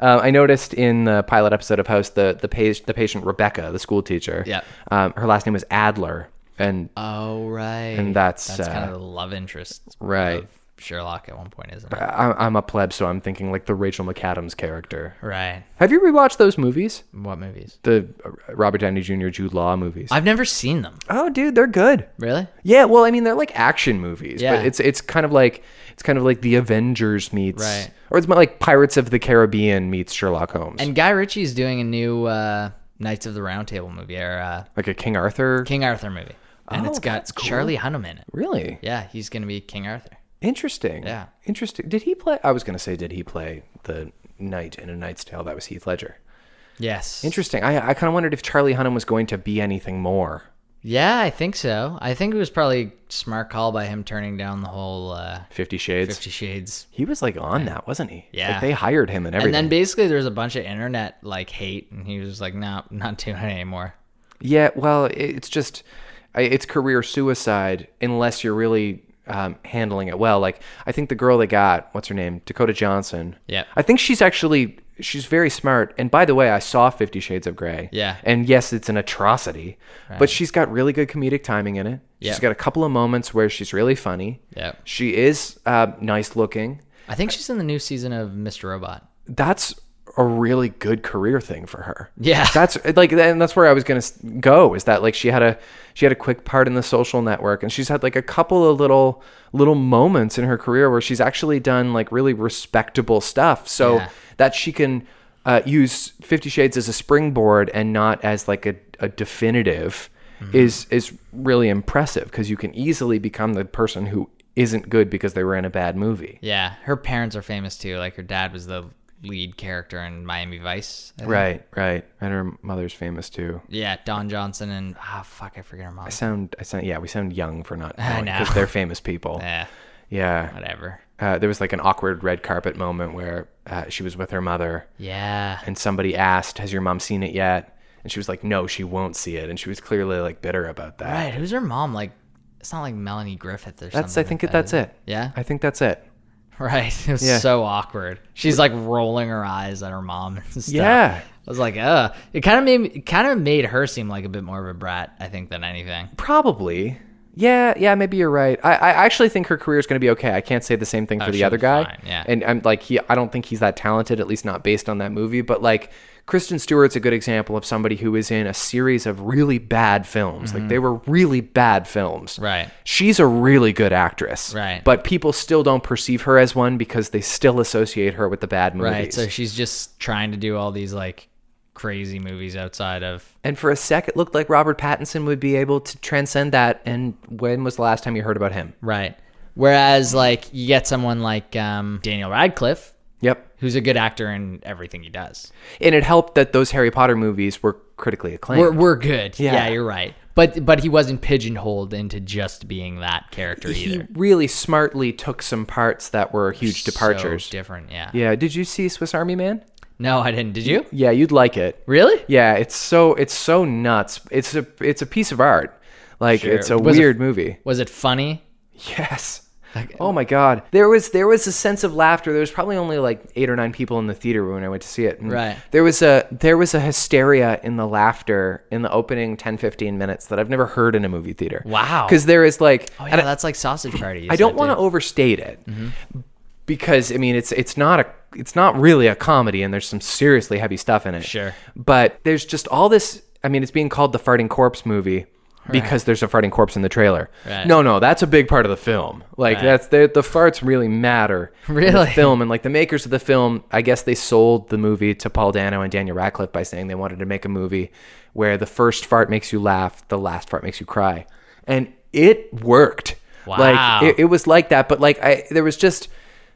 Uh, I noticed in the pilot episode of House the the, page, the patient Rebecca, the school teacher. Yeah. Um, her last name was Adler, and oh right, and that's, that's uh, kind of the love interest right. of Sherlock at one point, isn't it? I, I'm a pleb, so I'm thinking like the Rachel McAdams character. Right. Have you rewatched those movies? What movies? The uh, Robert Downey Jr. Jude Law movies. I've never seen them. oh, dude, they're good. Really? Yeah, well, I mean, they're like action movies, Yeah. but it's it's kind of like it's kind of like the Avengers meets, Right. or it's more like Pirates of the Caribbean meets Sherlock Holmes, And Guy Ritchie's doing a new uh, Knights of the Round Table movie or uh, like a King Arthur. King Arthur movie, and it's Oh, got that's cool. Charlie Hunnam in it. Really? Yeah, he's gonna be King Arthur. Interesting. Yeah. Interesting. Did he play? I was going to say, did he play the knight in A Knight's Tale? That was Heath Ledger. Yes. Interesting. I, I kind of wondered if Charlie Hunnam was going to be anything more. yeah, I think so. I think it was probably a smart call by him turning down the whole uh, Fifty Shades. Fifty Shades. He was like on that, wasn't he? Yeah. Like they hired him and everything. And then basically there was a bunch of internet like hate, and he was just like, "No, I'm not doing it anymore." yeah. Well, it- it's just I- it's career suicide unless you're really um, handling it well. Like I think the girl they got, what's her name, Dakota Johnson. Yeah. I think she's actually she's very smart. And by the way, I saw Fifty Shades of Grey. Yeah. And yes, it's an atrocity, but she's got really good comedic timing in it. Yeah. She's got a couple of moments where she's really funny. Yeah. She is uh, nice looking. I think she's in the new season of Mr. Robot. That's a really good career thing for her. Yeah. That's like, and that's where I was gonna s- go. Is that like she had a she had a quick part in the Social Network, and she's had like a couple of little little moments in her career where she's actually done like really respectable stuff, so Yeah. that she can uh, use Fifty Shades as a springboard and not as like a, a definitive Mm-hmm. is is really impressive because you can easily become the person who isn't good because they were in a bad movie. Yeah, her parents are famous too. Like her dad was the lead character in Miami Vice. I think. Right, right, and her mother's famous too. Yeah, Don Johnson and ah fuck, I forget her mom. sound I sound yeah, we sound young for *laughs* not knowing know. because they're famous people. *laughs* Yeah, Yeah. whatever. Uh, there was like an awkward red carpet moment where uh, she was with her mother Yeah, and somebody asked, "Has your mom seen it yet?" And she was like, "No, she won't see it." And she was clearly like bitter about that. right. Who's her mom? Like, it's not like Melanie Griffith or That's I something. think like it, that's that, it. Yeah? I think that's it. *laughs* Right. It was Yeah. so awkward. She's like rolling her eyes at her mom and stuff. Yeah. I was like, uh It kind of made me- it kind of made her seem like a bit more of a brat, I think, than anything. Probably. Yeah, yeah, maybe you're right. I, I actually think her career is going to be okay. I can't say the same thing for the she'll other be guy. fine, yeah. And I'm like he I don't think he's that talented at least not based on that movie, but like Kristen Stewart's a good example of somebody who is in a series of really bad films. Like they were really bad films. Mm-hmm. Right. She's a really good actress. Right. But people still don't perceive her as one because they still associate her with the bad movies. Right. So she's just trying to do all these like crazy movies outside of and for a sec it looked like Robert Pattinson would be able to transcend that and when was the last time you heard about him? Right. Whereas like you get someone like um, Daniel Radcliffe, Yep. who's a good actor in everything he does. and it helped that those Harry Potter movies were critically acclaimed. We're, we're good. Yeah. Yeah. you're right. But but he wasn't pigeonholed into just being that character he either. really smartly took some parts that were huge departures. So different, yeah. yeah, did you see Swiss Army Man? No, I didn't. Did you? Yeah, you'd like it. Really? Yeah, it's so it's so nuts. It's a it's a piece of art. Like it's a Was it- weird movie. *laughs* Was it funny? Yes. Oh my God! There was there was a sense of laughter. There was probably only like eight or nine people in the theater when I went to see it. and Right. There was a there was a hysteria in the laughter in the opening 10, 15 minutes that I've never heard in a movie theater. Wow. Because there is like Oh and yeah, that's like sausage party. I don't want to overstate it Mm-hmm. because I mean it's it's not a it's not really a comedy and there's some seriously heavy stuff in it. Sure. But there's just all this I mean it's being called the farting corpse movie because there's a farting corpse in the trailer. Right. No, no, that's a big part of the film. Like that's the the farts really matter. in the Really? film and like the makers of the film, I guess they sold the movie to Paul Dano and Daniel Radcliffe by saying they wanted to make a movie where the first fart makes you laugh, the last fart makes you cry. And it worked. Wow. Like it, it was like that, but like I there was just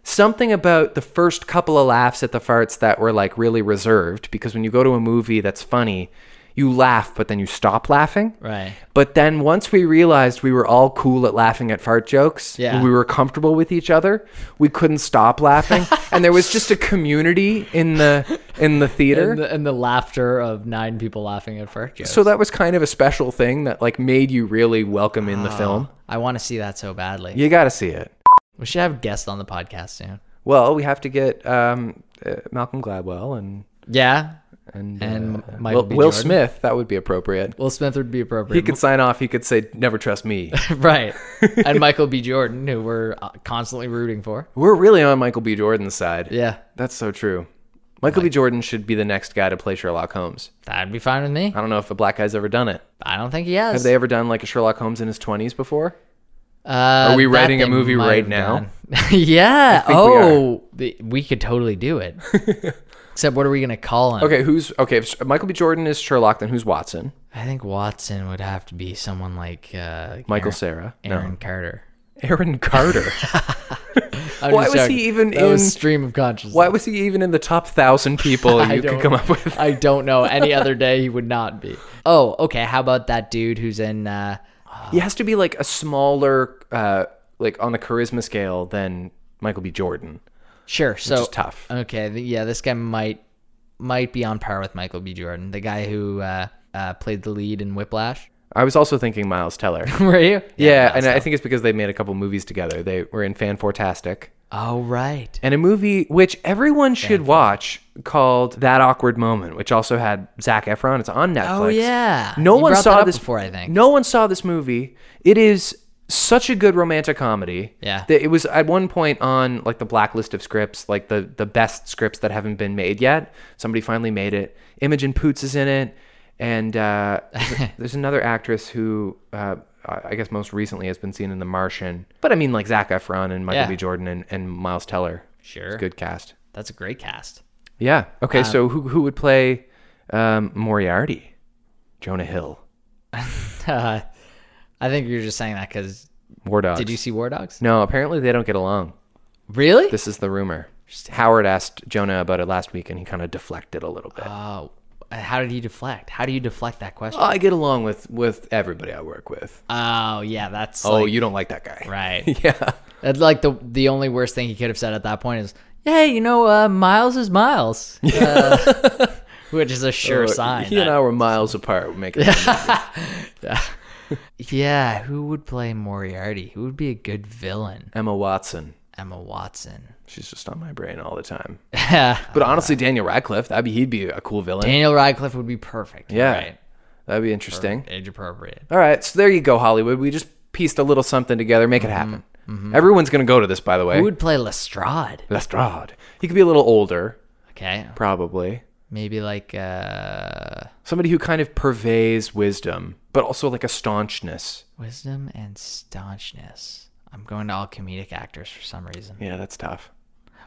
something about the first couple of laughs at the farts that were like really reserved because when you go to a movie that's funny, you laugh but then you stop laughing. Right. But then once we realized we were all cool at laughing at fart jokes, Yeah. we were comfortable with each other, we couldn't stop *laughs* laughing, and there was just a community in the in the theater. And the, and the laughter of nine people laughing at fart jokes. so that was kind of a special thing that like made you really welcome in the Ah. film. I want to see that so badly. You got to see it. We should have guests on the podcast soon. Well, we have to get um, uh, Malcolm Gladwell and Yeah. and, And uh, Michael Will, B. Will Jordan. Smith. That would be appropriate. Will Smith would be appropriate. He could sign off. He could say, "Never trust me." *laughs* *laughs* right. and Michael B. Jordan, who we're uh, constantly rooting for. We're really on Michael B. Jordan's side. Yeah. That's so true. Michael B. Jordan should be the next guy to play Sherlock Holmes. That'd be fine with me. I don't know if a black guy's ever done it. I don't think he has. Uh, Have they ever done like a Sherlock Holmes in his 20s before? uh, Are we writing a movie right now? *laughs* yeah. we Oh, the- we, could totally do *laughs* it. Except, what are we going to call him? Okay, who's okay? If Michael B. Jordan is Sherlock, then who's Watson? I think Watson would have to be someone like uh, Michael Aaron, Sarah? Aaron No. Carter. Aaron *laughs* Carter. I'm Why just was joking. he even that was in- stream of consciousness? Why was he even in the top thousand people *laughs* I you could don't- come up with? I don't know. Any other day he would not be. Oh, okay. How about that dude who's in? Uh, He has to be like a smaller, uh, like on the charisma scale than Michael B. Jordan. sure. So is tough. Okay. th- yeah, this guy might might be on par with Michael B. Jordan, the guy who uh, uh, played the lead in Whiplash. I was also thinking Miles Teller. *laughs* Were you? yeah, and I think it's because they made a couple movies together. They were in Fan Fantastic. Oh right. and a movie which everyone should watch called That Awkward Moment, which also had Zach Efron. It's on Netflix. Oh yeah. No You one brought saw that up this before. I think. No one saw this movie. It is such a good romantic comedy. Yeah. That it was at one point on like the blacklist of scripts, like the the best scripts that haven't been made yet. Somebody finally made it. Imogen Poots is in it, and uh, *laughs* there's- there's another actress who. Uh, I I guess most recently has been seen in The Martian, but I mean like Zach Efron and Michael Yeah. B. Jordan and, and Miles Teller. Sure. Um, It's a good cast. That's a great cast. *laughs* Yeah. Okay. so who who would play um, Moriarty? Jonah Hill. Uh, I think you're just saying that because War Dogs. did you see War Dogs? No, apparently they don't get along. Really? This is the rumor. Howard asked Jonah about it last week, and he kind of deflected a little bit. Oh, how did he deflect? How do you deflect that question? oh, I get along with with everybody I work with. Oh yeah, that's oh, like, you don't like that guy, right. *laughs* Yeah. That's like the the only worst thing he could have said at that point is, "Hey, you know, uh, Miles is *laughs* Miles," Uh, which is a sure Uh, sign. He and I were miles apart. We're *laughs* making. yeah. yeah, who would play Moriarty? Who would be a good villain? Emma Watson. Emma Watson. She's just on my brain all the *laughs* time. Daniel But honestly, Daniel Radcliffe, that'd be he'd be a cool villain. Radcliffe would be perfect. yeah, right. that'd be interesting. age appropriate. All right, so there you go, Hollywood. We just pieced a little something together. Make it happen. Everyone's gonna go to this, by the way. Mm-hmm. Who would play Lestrade? Lestrade. He could be a little older, Okay, probably. maybe like uh, Somebody who kind of purveys wisdom, but also like a staunchness. wisdom and staunchness. I'm going to all comedic actors for some reason. Yeah, that's tough.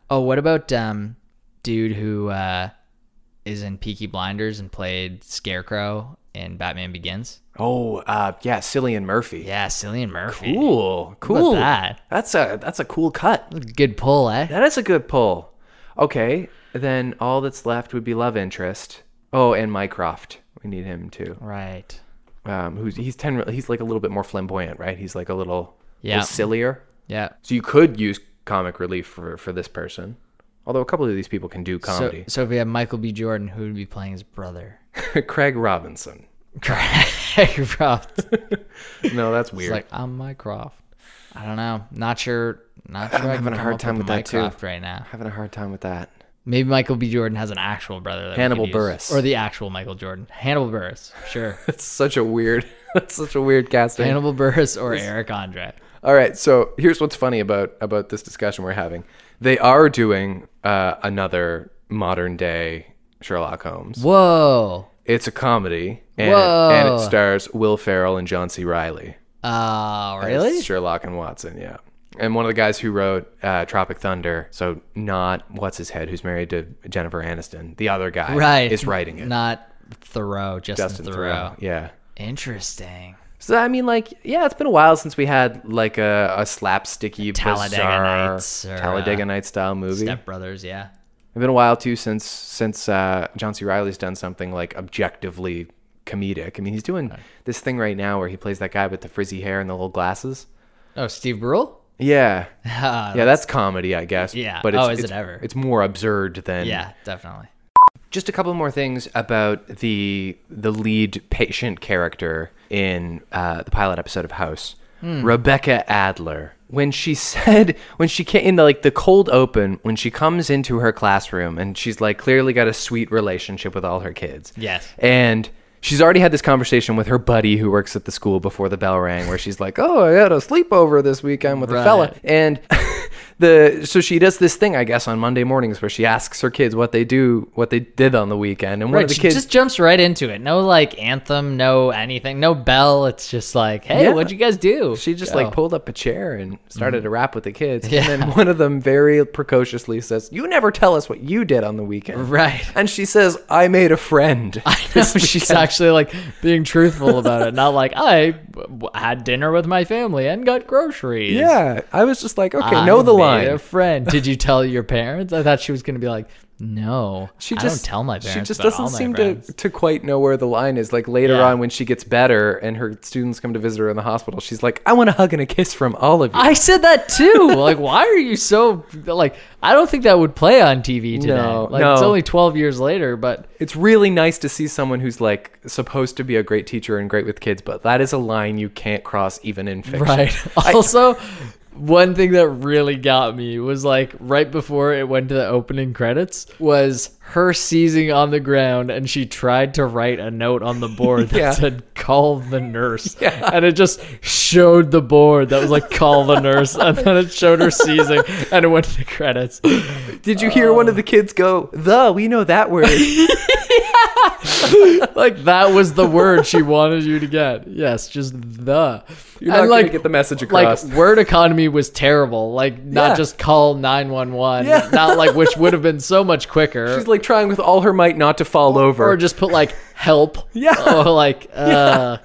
Oh, what about um dude who uh is in Peaky Blinders and played Scarecrow in Batman Begins? Oh, uh, yeah, Cillian Murphy. Yeah, Cillian Murphy. Cool, What cool. that? That's a that's a cool cut. Good pull, eh? That is a good pull. Okay, then all that's left would be love interest. Oh, and Mycroft. We need him too. Right. um, who's he's ten. He's like a little bit more flamboyant, right? He's like a little, Yeah. little sillier. Yeah. So you could use comic relief for for this person. Although a couple of these people can do So, comedy. *laughs* so if we have Michael B. Jordan, who would be playing his brother? *laughs* Craig Robinson. Mycroft. No, that's weird. like I'm Mycroft. I don't know. Not sure. Not sure. I'm having a hard time with that, too. Mycroft right now. Having a hard time with that. Maybe Michael B. Jordan has an actual brother. That we could Hannibal use. Buress. or the actual Michael Jordan. Hannibal Burris, *laughs* sure. That's such a weird. *laughs* That's such a weird casting. Hannibal Burris or Eric Andre. All right, so here's what's funny about about this discussion we're having. They are doing uh, another modern day Sherlock Holmes. Whoa. It's a comedy, and, Whoa. and it stars Will Ferrell and John C. Riley. Oh, It's really? Sherlock and Watson, yeah. And one of the guys who wrote uh, Tropic Thunder, so not what's his head, who's married to Jennifer Aniston, the other guy, *laughs* Right. is writing it. Not Thoreau, Justin, Justin Thoreau. Theroux, yeah. Interesting. So I mean, like, yeah, it's been a while since we had like a, a slapsticky, Talladega bizarre Nights or, Talladega uh, Nights style movie. Step Brothers, yeah. It's been a while too since since uh, John C. Riley's done something like objectively comedic. I mean, he's doing this thing right now where he plays that guy with the frizzy hair and the little glasses. Oh, Steve Brule? *laughs* Yeah, Uh, yeah, that's comedy, I guess. Yeah. but it's, Oh, is it it's- ever? It's more absurd than yeah, definitely. Just a couple more things about the the lead patient character in uh, the pilot episode of House, Rebecca Adler. When she *laughs* said, when she came in the, like the cold open, when she comes into her classroom and she's like clearly got a sweet relationship with all her kids. Yes. And she's already had this conversation with her buddy who works at the school before the bell rang, where she's like, "Oh, I had a sleepover this weekend with a fella," and *laughs* the so she does this thing, I guess, on Monday mornings where she asks her kids what they do, what they did on the weekend, and one Right, of the she kids. just jumps right into it. No like anthem, no anything, no bell. It's just like, hey, Yeah. what'd you guys do? she just like pulled up a chair and started to rap with the kids. Mm-hmm. Yeah. And then one of them very precociously says, You never tell us what you did on the weekend. *laughs* Right. And she says, I made a friend. I know she's actually like being truthful about it, not like I w- had dinner with my family and got groceries. *laughs* yeah. I was just like, Okay, I know the made line. A friend. Did you tell your parents? I thought she was gonna be like, no. She She just just don't tell my parents. She just about all doesn't my seem friends. to, to quite know where the line is. Like later Yeah. on, when she gets better and her students come to visit her in the hospital, she's like, "I want a hug and a kiss from all of you." I said that *laughs* too. like, why are you so like? I don't think that would play on TV today. No, like, no. it's only twelve years later, but it's really nice to see someone who's like supposed to be a great teacher and great with kids, but that is a line you can't cross even in fiction. Right. *laughs* *laughs* Also, one thing that really got me was like right before it went to the opening credits was her seizing on the ground and she tried to write a note on the board *laughs* that Yeah. said call *laughs* the nurse. And it just showed the board that was like call the nurse *laughs* and then it showed her seizing and it went to the credits. Did you hear one of the kids go, "The"? We know that *laughs* word. Like that was the word she wanted you to get. Yes, just the. You're not gonna get the message across. Like word economy was terrible. Like not Yeah. just call nine one one. Yeah. Not like which would have been so much quicker. she's like trying with all her might not to fall over. or just put like help. Yeah. *laughs* Or like *laughs* uh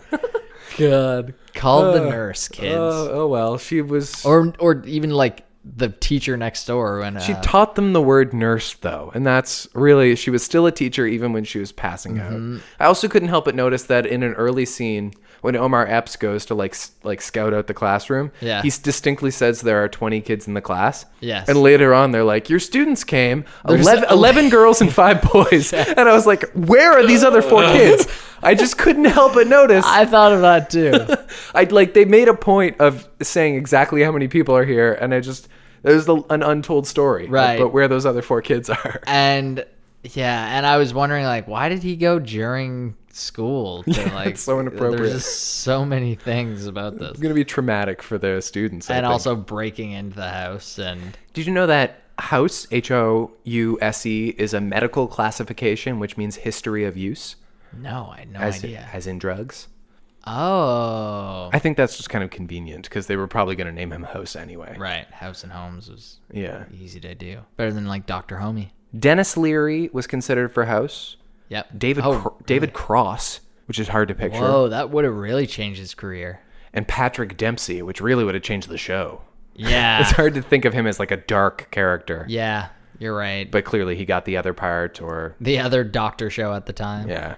God. Call the nurse, kids. Uh, oh well, she was. or or even like the teacher next door and uh, She taught them the word nurse, though, and that's really she was still a teacher even when she was passing Mm-hmm. out. I also couldn't help but notice that in an early scene when Omar Epps goes to like s- like scout out the classroom, Yeah. he s- distinctly says there are twenty kids in the class. Yes. and later on they're like, "Your students came, There's 11, a- *laughs* 11 girls and five boys," and I was like, "Where are these other *laughs* four kids?" I just couldn't help but notice. I thought of that too. *laughs* I'd like they made a point of saying exactly how many people are here, and I just there's the, an untold story, Right. But where those other four kids are, and yeah, and I was wondering like why did he go during *laughs* school to like it's so inappropriate. There's just so many things about this. it's gonna be traumatic for the students. I and think. also breaking into the house and did you know that house H O U S E is a medical classification, which means history of use, no i had no as idea as in drugs. oh I think that's just kind of convenient because they were probably gonna name him House anyway. right house and homes was Yeah. easy to do better than like dr homie Dennis Leary was considered for House. yep David oh, Cr- David Cross, which is hard to picture. whoa that would have really changed his career and Patrick Dempsey, which really would have changed the show. *laughs* It's yeah hard to think of him as like a dark character, yeah you're right but clearly he got the other part, or the other doctor show at the time yeah,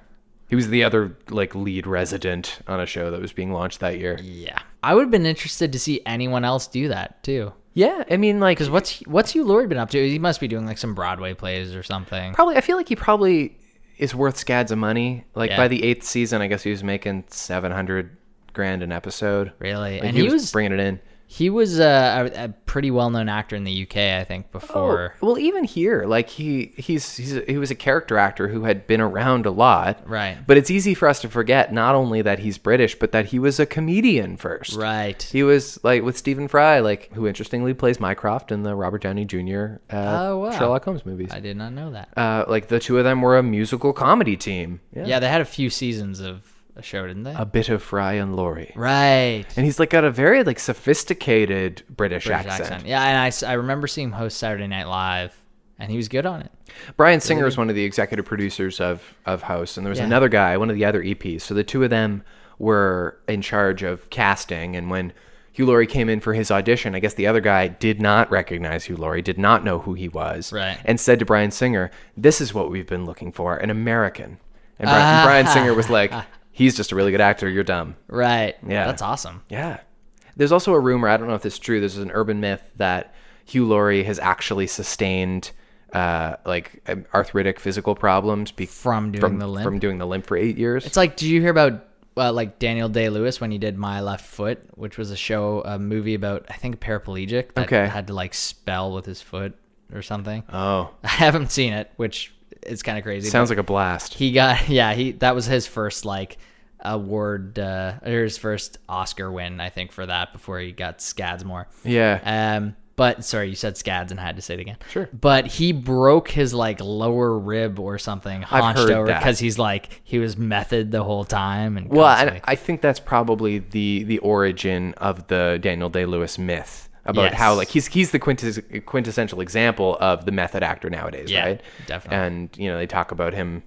he was the other like lead resident on a show that was being launched that year. yeah i would have been interested to see anyone else do that too Yeah, I mean, like because what's what's Hugh Laurie been up to? He must be doing like some Broadway plays or something. probably I feel like he probably is worth scads of money. Like Yeah. by the eighth season, I guess he was making seven hundred grand an episode. Really, Like, and he, he, was, was bringing it in. He was uh, a, a pretty well-known actor in the UK, I think. Before, Oh, well, even here, like he he's, he's he was a character actor who had been around a lot, Right. But it's easy for us to forget not only that he's British, but that he was a comedian first, right? He was like with Stephen Fry, like who interestingly plays Mycroft in the Robert Downey Jr. Uh, Oh, wow. Sherlock Holmes movies. I did not know that. Uh, like the two of them were a musical comedy team. yeah. they had a few seasons of a show, didn't they? a bit of Fry and Laurie, right. and he's like got a very like sophisticated British, British accent. Yeah, and I s- I, remember seeing him host Saturday Night Live, and he was good on it. Brian Singer is one of the executive producers of of House, and there was Yeah. another guy, one of the other EPs. So the two of them were in charge of casting, and when Hugh Laurie came in for his audition, I guess the other guy did not recognize Hugh Laurie, did not know who he was, Right. and said to Brian Singer, "This is what we've been looking for, an American." And Brian, and Ah. Brian Singer was like, "He's just a really good actor. You're dumb." Right. Yeah. That's awesome. Yeah. There's also a rumor, I don't know if this is true, there's an urban myth that Hugh Laurie has actually sustained uh, like um, arthritic physical problems be- From doing the limp? From doing the limp for eight years. It's like, did you hear about uh, like Daniel Day Lewis when he did My Left Foot, which was a show, a movie about I think a paraplegic that Okay. had to like spell with his foot or something. *laughs* oh, I haven't seen it, which is kind of crazy. sounds like a blast. he got *laughs* yeah he that was his first like award uh, or his first Oscar win I think for that before he got Scadsmore. Yeah. Um, but sorry, you said scads and I had to say it again. Sure. But he broke his like lower rib or something hunched heard over that. because he's like he was method the whole time and Well, constantly- and I think that's probably the the origin of the Daniel Day Lewis myth about Yes. how like he's he's the quintes- quintessential example of the method actor nowadays, Yeah, right? definitely. And you know they talk about him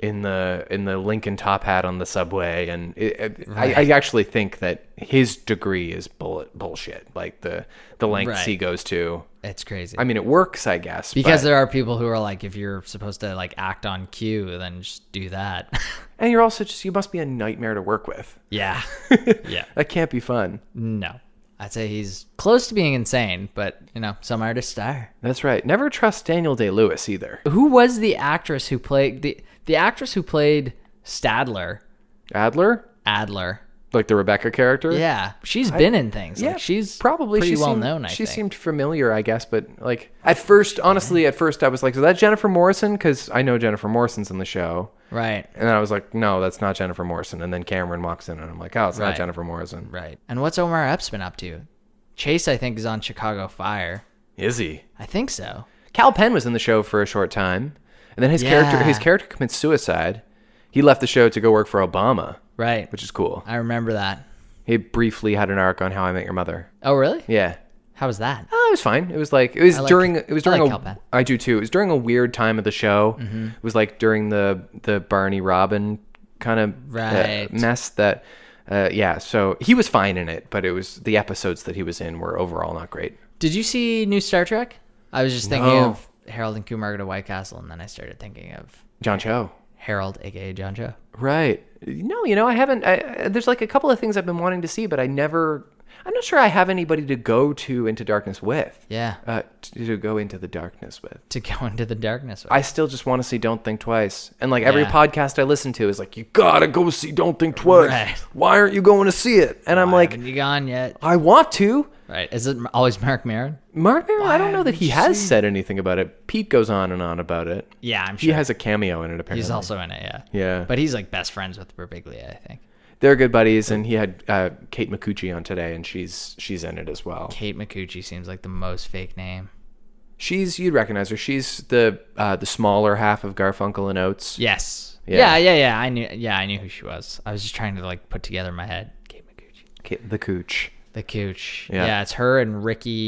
in the in the Lincoln top hat on the subway, and it, it- I, I actually think that his degree is bullet bullshit, like the the length Right. he goes to. it's crazy. I mean, it works, I guess, because but- there are people who are like, if you're supposed to like act on cue, then just do that. *laughs* and you're also just you must be a nightmare to work with. *laughs* yeah, yeah. That can't be fun. No, I'd say he's close to being insane, but you know, some artists are. That's right. Never trust Daniel Day Lewis either. Who was the actress who played the the actress who played Stadler Adler. Adler? like the Rebecca character. Yeah, she's been in things. like, she's probably pretty she well seemed, known. I she think. seemed familiar, I guess, but like at first, honestly, at first I was like, "Is that Jennifer Morrison?" Because I know Jennifer Morrison's in the show, right, and then I was like, "No, that's not Jennifer Morrison." And then Cameron walks in, and I'm like, "Oh, it's Right. not Jennifer Morrison." right. And what's Omar Epps been up to? Chase, I think, is on Chicago Fire. Is he? I think so. Cal Penn was in the show for a short time, and then his character Yeah. his character commits suicide. He left the show to go work for Obama, Right. which is cool. I remember that. He briefly had an arc on How I Met Your Mother. Oh, really? Yeah. How was that? Oh, it was fine. It was like it was like- during it was I during like Mm-hmm. a- Kalpan. I do too. It was during a weird time of the show. It was like during the the Barney Robin kind of Right. mess that uh, yeah. So he was fine in it, but it was the episodes that he was in were overall not great. Did you see new Star Trek? I was just thinking No. of Harold and Kumar go to White Castle, and then I started thinking of John Cho. Harold, aka John Cho. Right. No, you know, I haven't. I, I- there's like a couple of things I've been wanting to see, but I never. I'm not sure I have anybody to go to Into Darkness with. Yeah. Uh, to, to go into the darkness with. to *laughs* go into the darkness with. I still just want to see Don't Think Twice. And like every Yeah. podcast I listen to is like, you gotta go see Don't Think Twice. Right. Why aren't you going to see it? And I'm like, haven't you gone yet? I want to. Right? Is it always Mark Maron? Mark Maron, I don't know that haven't he you has said anything about it. Pete goes on and on about it. Yeah, I'm He sure. has a cameo in it, apparently. He's also in it. Yeah. Yeah. But he's like best friends with Berbiglia, I think. They're good buddies, and he had uh, Kate McCucci on today, and she's she's in it as well. Kate McCucci seems like the most fake name. She's you'd recognize her. She's the uh, the smaller half of Garfunkel and Oates. Yes. Yeah. Yeah. yeah, yeah, I knew. Yeah, I knew who she was. I was just trying to like put together in my head. Kate McCucci, Kate, the Cooch. the Cooch. Yeah. Yeah. it's her and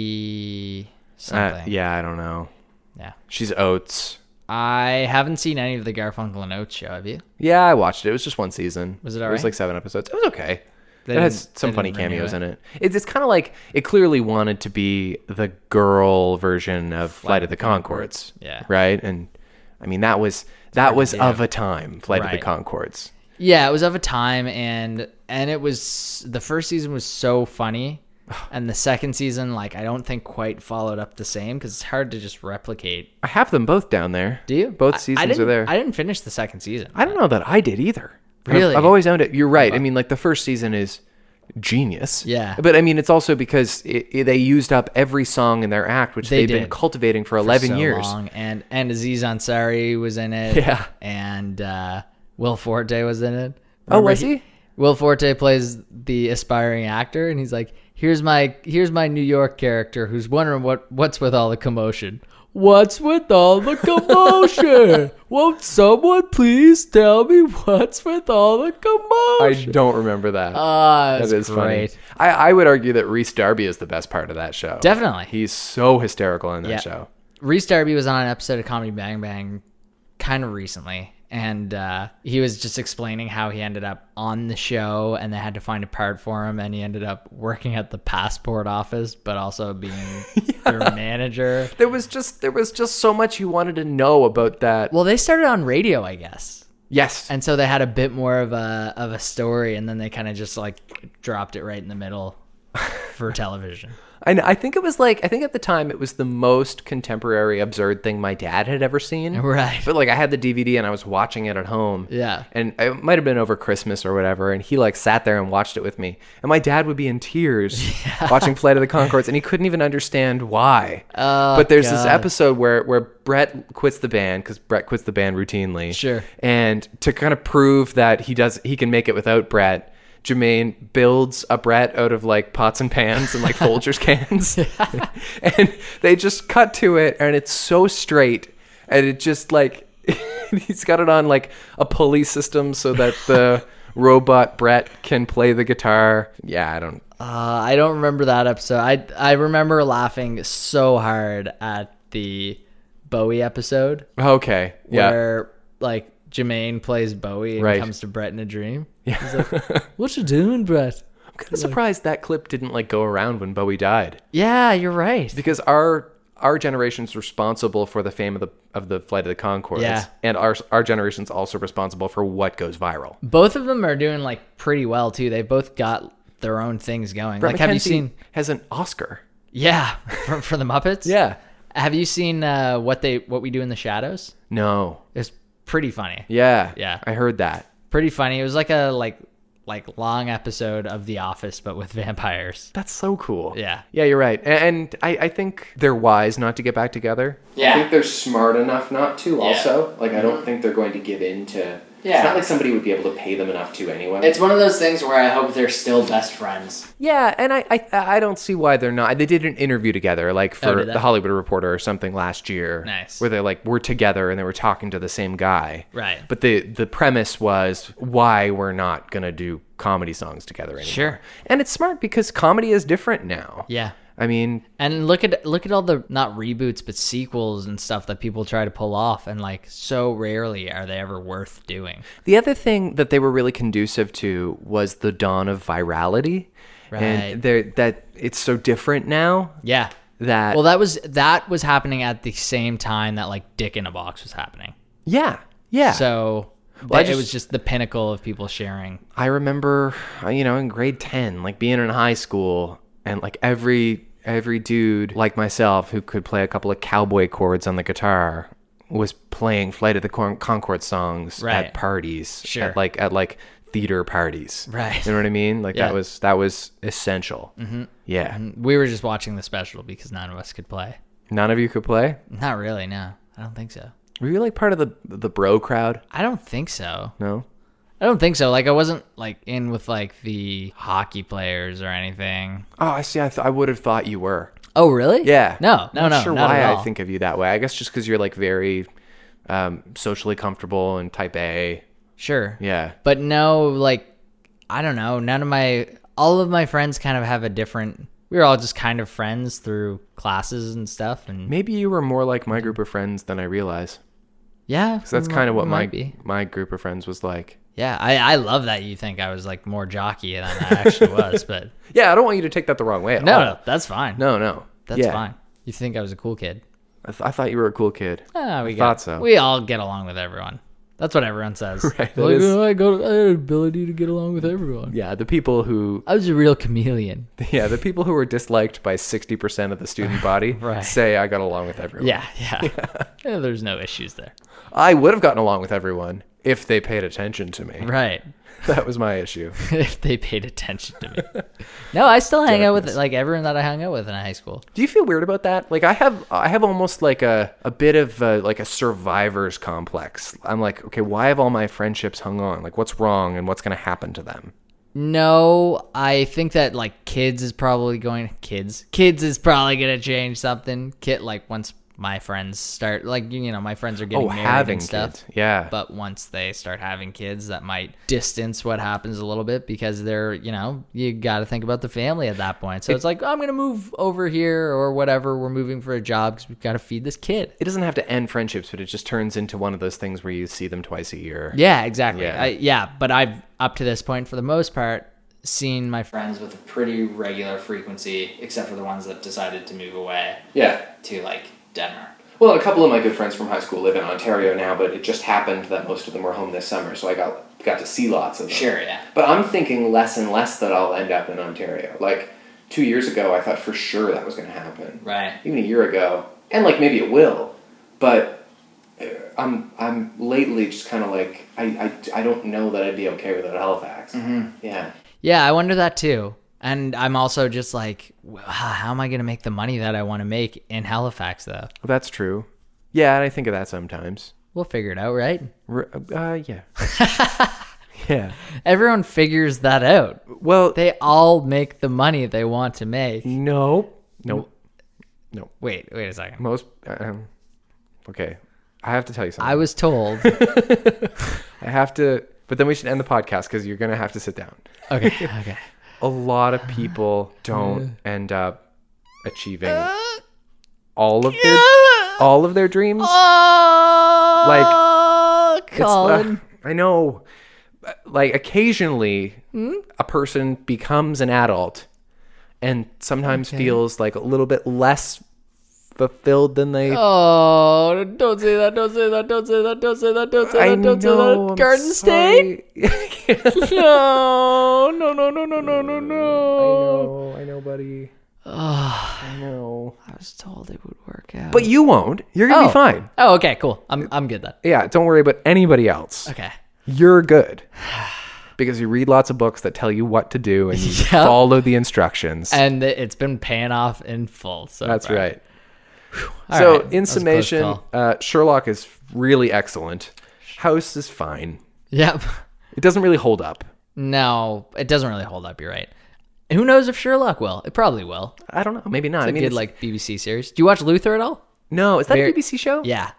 Ricky Uh, something. yeah. yeah, I don't know. She's Oates. I haven't seen any of the Garfunkel and Oates show. Have you? Yeah, I watched it. It was just one season. Was it It was alright? like seven episodes. It was okay. They it has didn't- some they funny didn't renew cameos it. in it. It's, it's kind of like it clearly wanted to be the girl version of Flight of the Concords. Yeah. Right? And I mean that was that was do. of a time, Flight of the Right. Concords. Yeah, it was of a time, and and it was the first season was so *sighs* funny, and the second season, like I don't think quite followed up the same because it's hard to just replicate. I have them both down there. Do you? Both I- I seasons are didn't- there. I didn't finish the second season. I don't know that I did either. I've- Really? I've, always owned it. You're right. I mean, like the first season is genius. Yeah. But I mean, it's also because it, it- they used up every song in their act, which They they have been did. cultivating for 11 so years. long, and and Aziz Ansari was in it. Yeah. and uh, Will Forte was in it. Oh, Remember was he? Will Forte plays the aspiring actor, and he's like, "Here's my here's my New York character who's wondering what what's with all the commotion. What's with all the *laughs* commotion? Won't someone please tell me what's with all the I commotion?" don't remember that. Ah, that that's is great. funny. I, I would argue that Reese Darby is the best part of that show. Definitely. He's so hysterical in that Yeah. show. Reese Darby was on an episode of Comedy Bang Bang kind of recently, and uh, he was just explaining how he ended up on the show and they had to find a part for him and he ended up working at the passport office but also being *laughs* their manager There was just there was just so much you wanted to know about that. well they started on radio i guess yes, and so they had a bit more of a of a story and then they kind of just like dropped it right in the middle *laughs* for television and I think it was like I think at the time it was the most contemporary absurd thing my dad had ever seen. *laughs* Right. But like I had the DVD and I was watching it at home. Yeah. And it might have been over Christmas or whatever. And he like sat there and watched it with me. And my dad would be in tears *laughs* watching Flight of the Concords and he couldn't even understand why. Oh, but there's this God. episode where where Brett quits the band because Brett quits the band routinely. Sure. And to kind of prove that he does he can make it without Brett, Jermaine builds a Brett out of like pots and pans and like Folgers cans. *laughs* and they just cut to it and it's so straight and it just like *laughs* he's got it on like a pulley system so that the robot Brett can play the guitar. Yeah, I don't Uh, I don't remember that episode. I I remember laughing so hard at the Bowie episode Okay. Yeah. where like Jermaine plays Bowie and Right. comes to Brett in a dream. Yeah. He's like, "What you doing, Brett?" kind of surprised that clip didn't like go around when Bowie died Yeah, you're right. because our our generation's responsible for the fame of the of the flight of the Concords. Yeah. and our our generation's also responsible for what goes viral. Both of them are doing like pretty well too. They've both got their own things going. Brett like, have you McKenzie seen? *laughs* has an Oscar? Yeah, for, for the Muppets. Have you seen uh, what they what we do in the shadows? No. It's pretty funny. Yeah. Yeah. I heard that. pretty funny. It was like a like like long episode of The Office, but with *laughs* vampires. That's so cool. Yeah. Yeah, you're right. A- And I, I think they're wise not to get back together. Yeah. I think they're smart enough not to also. Like I don't think they're going to give in to Yeah. It's not like somebody would be able to pay them enough to anyway. one of those things where I hope they're still best friends. Yeah, and I, I I don't see why they're not. They did an interview together, like for Oh, did they? the Hollywood Reporter or something last year. Nice. Where they're like, we're together, and they were talking to the same guy. Right. But the the premise was why we're not gonna do comedy songs together anymore. Sure. And it's smart because comedy is different now. Yeah. I mean, And look at look at all the not reboots but sequels and stuff that people try to pull off and like so rarely are they ever worth doing. The other thing that they were really conducive to was the dawn of virality, Right. and they're, that it's so different now Yeah. that Well that was that was happening at the same time that like Dick in a Box was happening. yeah yeah. So Well, I it just- was just the pinnacle of people sharing. I remember, uh, you know, in grade 10, like being in high school and like every every dude like myself who could play a couple of cowboy chords on the guitar was playing Flight of the Con- Concord songs Right. at parties Sure. at like at like theater parties. Right. You know what I mean? Like Yeah. that was that was essential. Mm-hmm. Yeah. We were just watching the special because none of us could play. None of you could play? Not really, no. I don't think so. Were you like part of the the bro crowd? I don't think so. No. I don't think so. Like I wasn't like in with like the hockey players or anything. Oh, I see. I, th- I would have thought you were. Oh, really? Yeah. No, no, not no. Sure, not why at all. I think of you that way? I guess just because you're like very um, socially comfortable and type A. Sure. Yeah. But no, like I don't know. None of my all of my friends kind of have a different. We were all just kind of friends through classes and stuff, and Maybe you were more like my group of friends than I realize. yeah, 'Cause that's kind of what my might be. my group of friends was like. Yeah, I I love that you think I was like more jockey than I actually *laughs* was, but Yeah, I don't want you to take that the wrong way. At no, all. no, that's fine. no, no. that's Yeah. fine. You think I was a cool kid? I, th- I thought you were a cool kid. Ah, we thought got, so. We all get along with everyone. That's what everyone says. *laughs* Right, that Like, is- "Oh, I got I had an ability to get along with everyone. Yeah, the people who *laughs* I was a real chameleon. yeah the people who were disliked by sixty percent of the *laughs* student body Right. say I got along with everyone. Yeah, yeah. *laughs* Yeah, there's no *laughs* issues there. I would have gotten along with everyone if they paid attention to me. Right. *laughs* *laughs* That was my issue. if they paid attention to *laughs* me. No, I still hang out with like everyone that I hung out with in high school. Do you feel weird about that? Like I have, I have almost like a a bit of a, like a survivor's complex. I'm like, okay, why have all my friendships hung on? Like, what's wrong and what's going to happen to them? No, I think that like kids is probably going kids. Kids is probably gonna change something. Kid like once my friends start like you know my friends are getting Oh, married having and stuff. kids. Yeah. But once they start having kids, that might distance what happens a little bit because they're, you know, you got to think about the family at that point. So it's like, "Oh, I'm going to move over here or whatever. We're moving for a job because we've got to feed this kid. it doesn't have to end friendships, but it just turns into one of those things where you see them twice a year. Yeah, exactly. Yeah. Yeah. I, yeah, but I've up to this point, for the most part, seen my friends with a pretty regular frequency, except for the ones that decided to move away Yeah. to like Denmark. Well, a couple of my good friends from high school live in Ontario now, but it just happened that most of them were home this summer, so I got got to see lots of them. Sure, yeah. But I'm thinking less and less that I'll end up in Ontario. Like two years ago, I thought for sure that was going to happen. Right. Even a year ago, and like maybe it will, but uh, I'm I'm lately just kind of like I, I I don't know that I'd be okay without Halifax. Yeah. Yeah, I wonder that too. And I'm also just like, wow, how am I going to make the money that I want to make in Halifax, though? Well, that's true. Yeah, and I think of that sometimes. We'll figure it out, right? R- Uh, *laughs* yeah. yeah. Everyone figures that out. Well, They all make the money they want to make. no. No. Wait, wait a second. Most. Um, okay. I have to tell you something. I *laughs* was told. I have to. But then we should end the podcast because you're going to have to sit down. Okay, okay. A lot of people don't end up achieving Uh, all of their all of their dreams. Oh, like, It's Colin. the- I know. Uh, Like occasionally, Hmm? a person becomes an adult, and sometimes feels like a little bit less fulfilled than they. oh, don't say that! Don't say that! Don't say that! Don't say that! Don't say I that! Don't say know. that! I'm Garden State? *laughs* sorry. No! No! No! No! No! No! No! No! know, I know, buddy. I know. Ah, I was told it would work out. But you won't. You're gonna be fine. Oh, okay, cool. I'm I'm good then. Yeah, don't worry about anybody else. Okay. You're *sighs* good. Because you read lots of books that tell you what to do and you *laughs* Yeah. follow the instructions. And it's been paying off in full. So That's far. right. All so, right, that in was a close summation, call. uh, Sherlock is really excellent. House is fine. Yep. It doesn't really hold up. No, it doesn't really hold up. You're right. Who knows if Sherlock will? It probably will. I don't know. Maybe not. I I mean, good it's- like BBC series. Do you watch Luther at all? no, is that very- a BBC show? Yeah.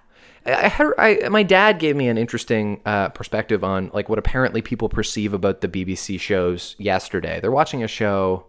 I I had I, my dad gave me an interesting uh, perspective on like what apparently people perceive about the BBC shows yesterday. They're watching a show.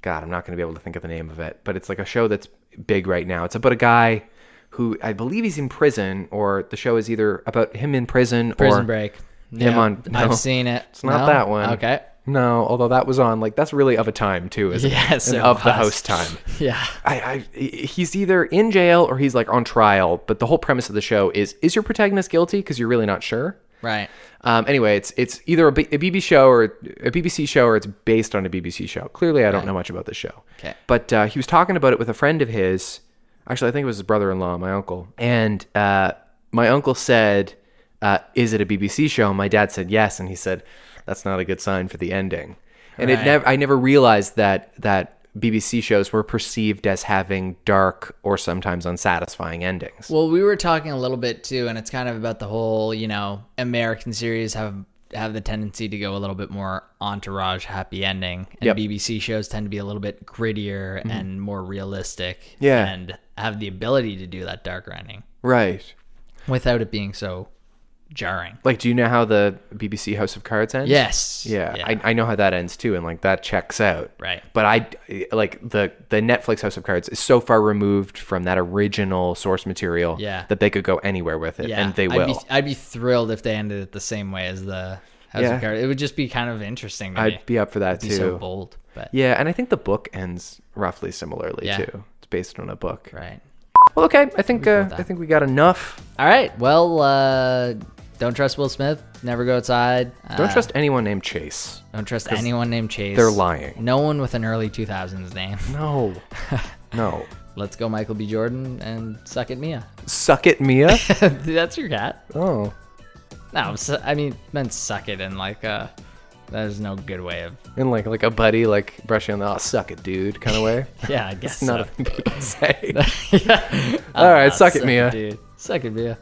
God, I'm not going to be able to think of the name of it, but it's like a show that's big right now. It's about a guy who I believe he's in prison, or the show is either about him in prison, Prison or Break. Him on- no. I've seen it. It's not No? that one. Okay. *laughs* No, although that was on like that's really of a time too, isn't it? Yes, And it of the was. host time. Yeah. I, I he's either in jail or he's like on trial. But the whole premise of the show is: is your protagonist guilty? Because you're really not sure. Right. Um, anyway, it's it's either a, B- a BBC show or a BBC show, or it's based on a BBC show. Clearly, I don't know much about this show. Okay. but uh, he was talking about it with a friend of his. Actually, I think it was his brother-in-law, my uncle. And uh, my uncle said, uh, "Is it a BBC show?" And my dad said, "Yes," and he said, "That's not a good sign for the ending." And it Right. never, I never realized that that BBC shows were perceived as having dark or sometimes unsatisfying endings. Well, we were talking a little bit too, and it's kind of about the whole, you know, American series have have the tendency to go a little bit more entourage happy ending, and Yep. Mm-hmm. BBC shows tend to be a little bit grittier and more realistic, Yeah. and have the ability to do that darker ending right. without it being so jarring. Like, do you know how the BBC House of Cards ends? Yes. Yeah, I, I know how that ends too, and like that checks out. Right. But I like the the Netflix House of Cards is so far removed from that original source material Yeah. that they could go anywhere with it, Yeah. and they I'd will. Be, oh, I'd be thrilled if they ended it the same way as the House Yeah. of Cards. It would just be kind of interesting. To me. I'd be up for that It'd too. be so bold, but yeah, and I think the book ends roughly similarly Yeah. too. It's based on a book. right. Well, okay, I think uh, that. I think we got enough. All right. Well, uh, don't trust Will Smith. Never go outside. Uh, Don't trust anyone named Chase. Don't trust anyone named Chase. they're lying. No one with an early 2000s name. *laughs* No, no. Let's go, Michael B. Jordan, and suck at Mia. *laughs* Suck it, Mia. That's your cat. oh, No, su- I mean meant suck it in like uh, there's no good way of. and like like a buddy like brushing on the oh, suck it, dude kind of way. *laughs* Yeah, I guess Not a *laughs* *laughs* so. thing people say. yeah. All right, suck it, Suck Mia. dude. Suck it, Mia.